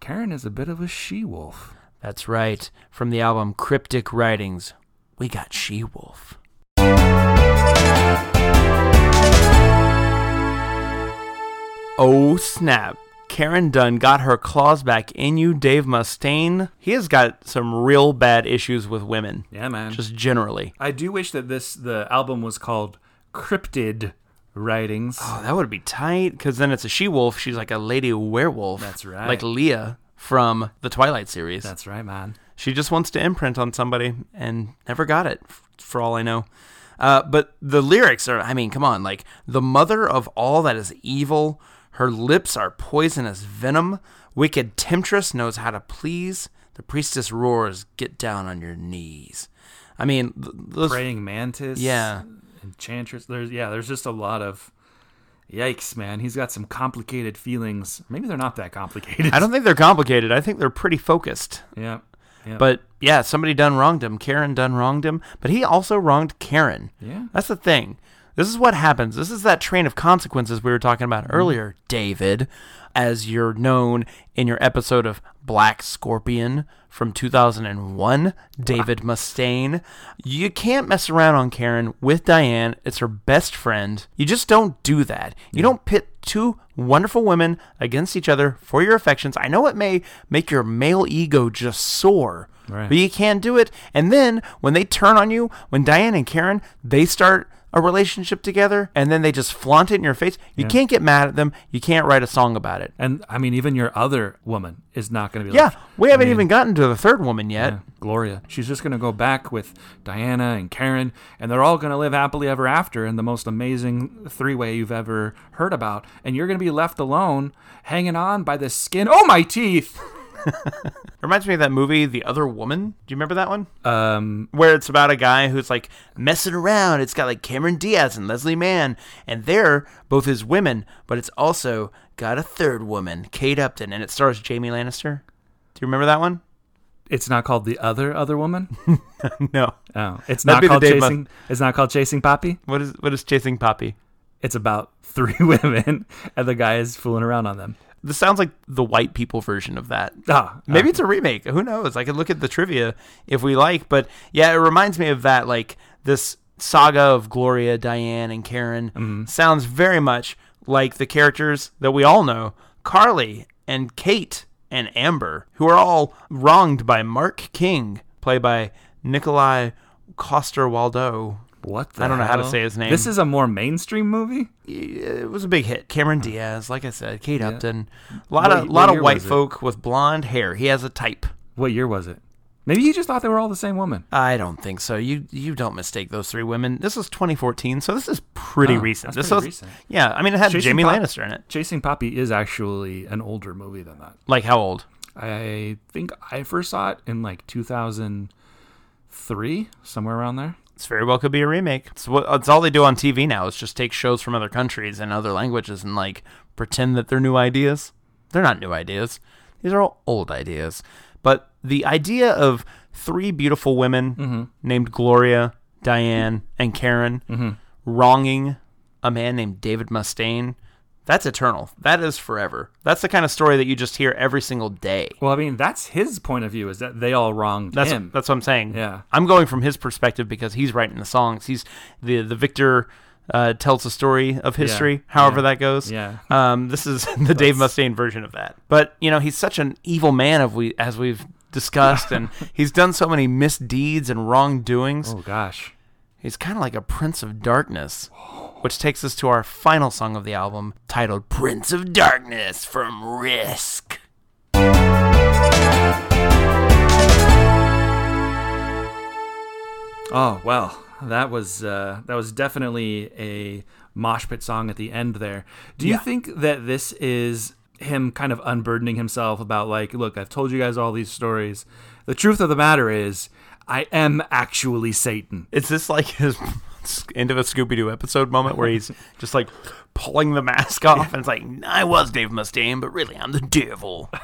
B: Karen is a bit of a she wolf.
A: That's right. From the album Cryptic Writings, we got She Wolf. Oh snap. Karen Dunn got her claws back in you, Dave Mustaine. He has got some real bad issues with women,
B: Yeah, man.
A: just generally.
B: I do wish that this the album was called Cryptid Writings.
A: Oh, that would be tight. Because then it's a she wolf. She's like a lady werewolf.
B: That's right.
A: Like Leah from the Twilight series.
B: That's right, man.
A: she just wants to imprint on somebody and never got it, f- for all I know. Uh, but the lyrics are, I mean, come on. Like, the mother of all that is evil. Her lips are poisonous venom. Wicked temptress knows how to please. The priestess roars, get down on your knees. I mean, th- those
B: Praying Mantis.
A: Yeah.
B: Enchantress. There's yeah, there's just a lot of Yikes, man. He's got some complicated feelings. Maybe they're not that complicated.
A: I don't think they're complicated. I think they're pretty focused.
B: yeah.
A: But yeah, somebody done wronged him. Karen done wronged him, but he also wronged Karen.
B: Yeah.
A: That's the thing. This is what happens. This is that train of consequences we were talking about earlier, David, as you're known in your episode of Black Scorpion from 2001, David Mustaine. You can't mess around on Karen with Diane. It's her best friend. You just don't do that. You don't pit two wonderful women against each other for your affections. I know it may make your male ego just soar,
B: Right.
A: but you can't do it. And then when they turn on you, when Diane and Karen, they start a relationship together and then they just flaunt it in your face, you can't get mad at them. You can't write a song about it.
B: And I mean, even your other woman is not going to be
A: Yeah,
B: like,
A: we haven't even gotten to the third woman yet.
B: Yeah, Gloria. She's just going to go back with Diana and Karen, and they're all going to live happily ever after in the most amazing three way you've ever heard about. And you're going to be left alone, hanging on by the skin. Oh, my teeth!
A: Reminds me of that movie, The Other Woman. Do you remember that one?
B: Um,
A: Where it's about a guy who's like messing around. It's got like Cameron Diaz and Leslie Mann, and they're both his women, but it's also got a third woman, Kate Upton, and it stars Jamie Lannister. Do you remember that one?
B: it's not called the other other woman.
A: No.
B: Oh, it's
A: That'd
B: not
A: be the
B: called
A: Dave
B: chasing. It's not called chasing Poppy.
A: What is what is chasing Poppy?
B: It's about three women, and the guy is fooling around on them.
A: This sounds like the white people version of that.
B: Ah,
A: Maybe it's a remake. Who knows? I could look at the trivia if we like, but yeah, it reminds me of that. Like this saga of Gloria, Diane, and Karen
B: Mm-hmm.
A: sounds very much like the characters that we all know Carly and Kate and Amber, who are all wronged by Mark King, played by Nikolai Coster Waldo.
B: what? the
A: I don't know how to
B: hell?
A: say his name.
B: This is a more mainstream movie.
A: it was a big hit. Cameron Diaz, like I said, Kate Upton, a
B: What-
A: lot of
B: Mm. what
A: lot of
B: year
A: white
B: was it?
A: folk with blonde hair. He has a type.
B: What year was it? Maybe you just thought they were all the same woman.
A: I don't think so. You you don't mistake those three women. This was 2014, so this is pretty
B: Oh,
A: recent.
B: that's
A: this
B: pretty
A: was
B: recent.
A: yeah. I mean, it had
B: Jason
A: Jamie
B: Pop-
A: Lannister in it.
B: Chasing Poppy is actually an older movie than that.
A: Like how old?
B: I think I first saw it in like 2003, somewhere around there.
A: It's very well could be a remake. It's what it's all they do on TV now is just take shows from other countries and other languages and like pretend that they're new ideas. They're not new ideas. These are all old ideas. But the idea of three beautiful women named Gloria, Diane, and Karen wronging a man named David Mustaine, that's eternal. That is forever. That's the kind of story that you just hear every single day.
B: Well, I mean, that's his point of view is that they all wronged
A: That's
B: him.
A: that's what I'm saying.
B: Yeah.
A: I'm going from his perspective because he's writing the songs. He's the the victor uh, tells the story of history, however
B: yeah,
A: that goes.
B: yeah.
A: Um, this is the Dave Mustaine version of that. But you know, he's such an evil man of we as we've discussed, and he's done so many misdeeds and wrongdoings.
B: oh, gosh.
A: He's kind of like a prince of darkness. Which takes us to our final song of the album, titled "Prince of Darkness" from Risk.
B: Oh, well, that was uh, that was definitely a mosh pit song at the end there. Do you think that this is him kind of unburdening himself about like, look, I've told you guys all these stories. The truth of the matter is I am actually Satan.
A: Is this like his end of a Scooby Doo episode moment where he's just like pulling the mask off and it's like, I was Dave Mustaine, but really I'm the devil.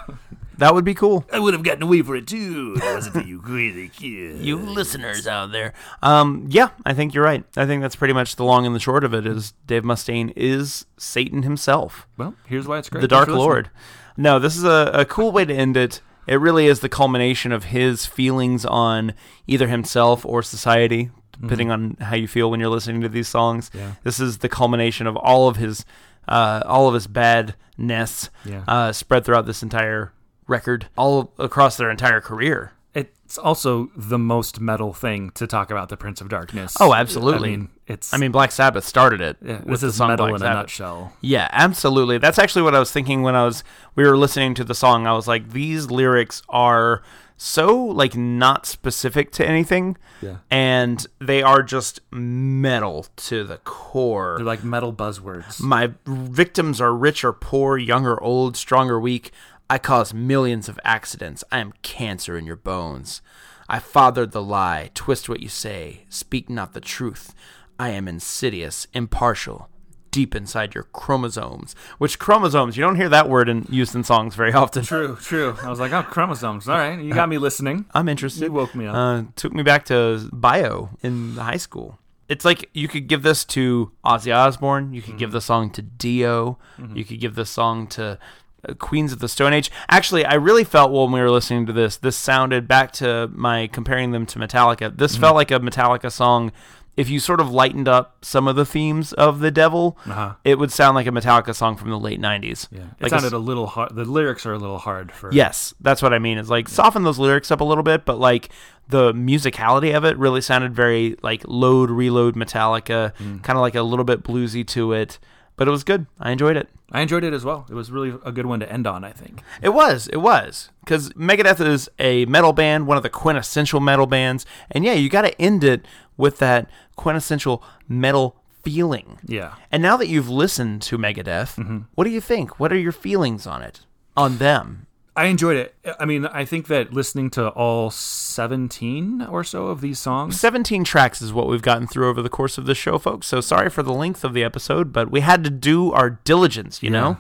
A: That would be cool.
B: I would have gotten away for it too. That wasn't for you crazy kid.
A: You listeners out there. Um, yeah, I think you're right. I think that's pretty much the long and the short of it is Dave Mustaine is Satan himself.
B: Well, here's why it's great.
A: the Dark Lord. No, this is a, a cool way to end it. It really is the culmination of his feelings on either himself or society, depending on how you feel when you're listening to these songs.
B: Mm-hmm. Yeah.
A: This is the culmination of all of his, uh, all of his badness
B: Yeah.
A: uh, spread throughout this entire record, all across their entire career.
B: It's also the most metal thing to talk about the Prince of Darkness.
A: Oh, absolutely.
B: I mean, it's.
A: I mean, Black Sabbath started it
B: yeah, this
A: with the
B: is
A: song
B: metal
A: Black
B: in a
A: Sabbath.
B: nutshell.
A: Yeah, absolutely. That's actually what I was thinking when I was we were listening to the song. I was like, these lyrics are so like not specific to anything.
B: Yeah.
A: And they are just metal to the core.
B: They're like metal buzzwords.
A: My victims are rich or poor, young or old, strong or weak. I cause millions of accidents. I am cancer in your bones. I fathered the lie. Twist what you say. Speak not the truth. I am insidious, impartial, deep inside your chromosomes. Which chromosomes? You don't hear that word in, used in songs very often.
B: True, true. I was like, oh, chromosomes. All right, you got me listening.
A: I'm interested.
B: You woke me up.
A: Uh, took me back to bio in high school. It's like you could give this to Ozzy Osbourne. You could give
B: Mm-hmm.
A: the song to Dio. You could give this song to uh, Queens of the Stone Age. Actually, I really felt when we were listening to this, this sounded back to my comparing them to Metallica.
B: Mm-hmm.
A: This felt like a Metallica song. If you sort of lightened up some of the themes of the devil,
B: Uh-huh.
A: it would sound like a Metallica song from the late 90s.
B: Yeah, it
A: Like a s-
B: sounded a, little hard. The lyrics are a little hard for.
A: Yes, that's what I mean. It's like soften those lyrics up a little bit, but like the musicality of it really sounded very like load, reload Metallica, kind of like a little bit bluesy to it. But it was good. I enjoyed it.
B: I enjoyed it as well. It was really a good one to end on. I think.
A: It was, it was. Because Megadeth is a metal band, one of the quintessential metal bands. And yeah, you got to end it with that quintessential metal feeling.
B: Yeah.
A: And now that you've listened to Megadeth, what do you think? What are your feelings on it? On them?
B: I enjoyed it. I mean, I think that listening to all 17 or so of these songs,
A: 17 tracks is what we've gotten through over the course of this show, folks. So sorry for the length of the episode, but we had to do our diligence, you know?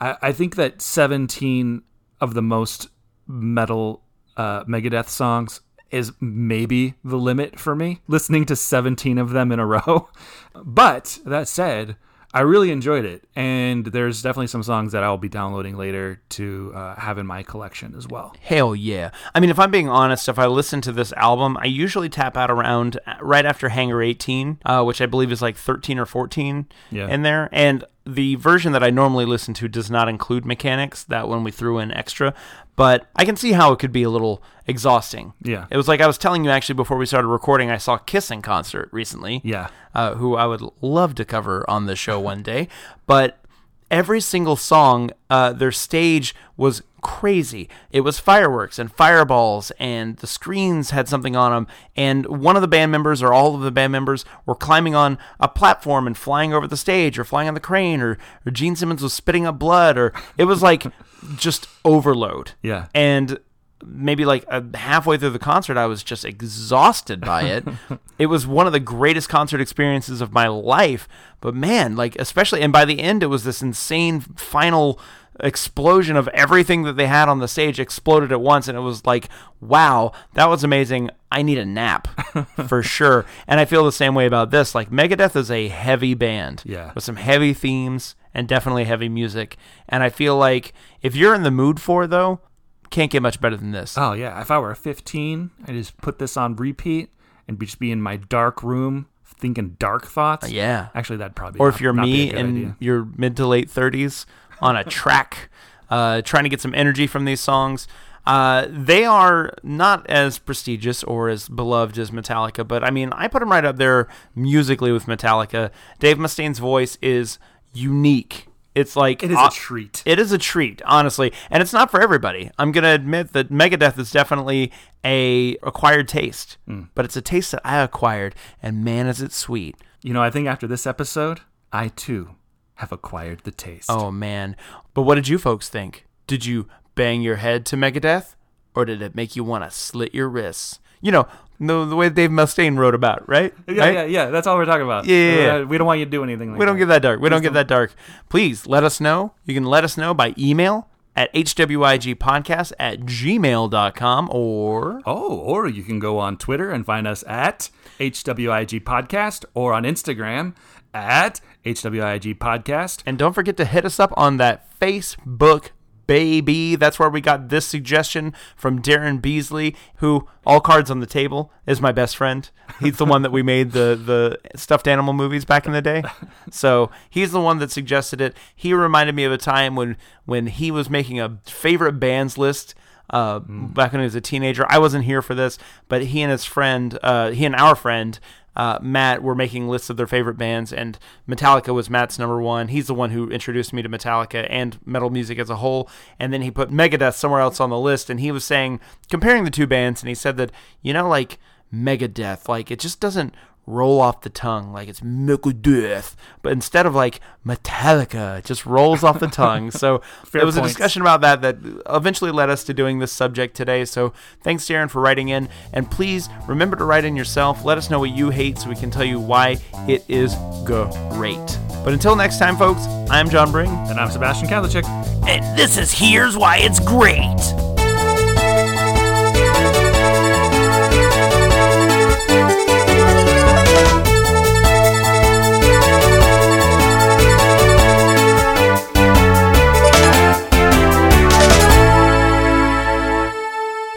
B: I, I think that 17 of the most metal uh, Megadeth songs is maybe the limit for me, listening to 17 of them in a row. But that said, I really enjoyed it. And there's definitely some songs that I'll be downloading later to uh, have in my collection as well.
A: Hell yeah. I mean, if I'm being honest, if I listen to this album, I usually tap out around uh, right after Hangar 18, uh, which I believe is like 13 or 14
B: Yeah.
A: in there. And the version that I normally listen to does not include mechanics, that one we threw in extra. But I can see how it could be a little exhausting.
B: Yeah.
A: It was like I was telling you actually before we started recording, I saw Kiss in concert recently.
B: Yeah.
A: uh, who I would love to cover on the show one day. But every single song, uh, their stage was crazy. It was fireworks and fireballs, and the screens had something on them. And one of the band members, or all of the band members, were climbing on a platform and flying over the stage, or flying on the crane, or, or Gene Simmons was spitting up blood, or it was like just overload
B: Yeah.
A: and maybe like uh, halfway through the concert i was just exhausted by it it was one of the greatest concert experiences of my life but man like especially and by the end it was this insane final explosion of everything that they had on the stage exploded at once and it was like wow that was amazing i need a nap for sure and i feel the same way about this like megadeth is a heavy band
B: Yeah.
A: with some heavy themes and definitely heavy music. And I feel like if you're in the mood for it, though, can't get much better than this.
B: Oh yeah, if I were 15, I'd just put this on repeat and be, just be in my dark room thinking dark thoughts.
A: yeah.
B: Actually, that'd probably.
A: Or
B: not-
A: if you're
B: not be
A: me
B: a good
A: in
B: idea.
A: your mid to late 30s on a track, uh, trying to get some energy from these songs. Uh, they are not as prestigious or as beloved as Metallica, but I mean, I put them right up there musically with Metallica. Dave Mustaine's voice is unique. It's like
B: it is
A: uh,
B: a treat.
A: It is a treat, honestly, and it's not for everybody. I'm gonna admit that Megadeth is definitely a acquired taste,
B: Hmm.
A: but it's a taste that I acquired, and man, is it sweet.
B: you know, I think after this episode, I too have acquired the taste.
A: Oh man! But what did you folks think? Did you bang your head to Megadeth, or did it make you want to slit your wrists? You know, the, the way Dave Mustaine wrote about, right?
B: yeah,
A: Right?
B: yeah, yeah. That's all we're talking about.
A: Yeah, yeah, yeah.
B: Uh, we don't want you to do anything. Like
A: We don't
B: that.
A: get that dark. We don't get that dark. Please let us know. You can let us know by email at hwigpodcast at gmail.com or
B: Oh, or you can go on Twitter and find us at HWIG Podcast or on Instagram at HWIG Podcast.
A: And don't forget to hit us up on that Facebook, baby. That's where we got this suggestion from Darren Beasley, who, all cards on the table, is my best friend. He's the one that we made the, the stuffed animal movies back in the day. So he's the one that suggested it. He reminded me of a time when, when he was making a favorite bands list uh,
B: Hmm.
A: back when he was a teenager. I wasn't here for this, but he and his friend, uh, he and our friend, uh, Matt, were making lists of their favorite bands, and Metallica was Matt's number one. He's the one who introduced me to Metallica and metal music as a whole. And then he put Megadeth somewhere else on the list, and he was saying, comparing the two bands, and he said that, you know, like Megadeth, like it just doesn't roll off the tongue like it's Megadeth, but instead of like Metallica, it just rolls off the tongue. So
B: Fair
A: there was a
B: points.
A: discussion discussion about that that eventually led us to doing this subject today. So thanks, Darren, for writing in. And please remember to write in yourself. Let us know what you hate so we can tell you why it is great. But until next time, folks, I'm John Bring,
B: And I'm Sebastian Kavlicek.
A: and this is Here's Why It's Great.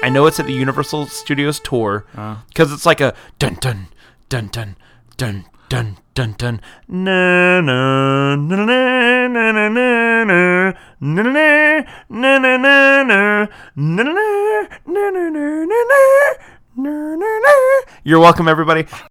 A: I know it's at the Universal Studios tour because it's like a dun dun dun dun dun dun dun dun na na na na na na na na na na na na na na na na na na na na na na na na na. You're welcome, everybody.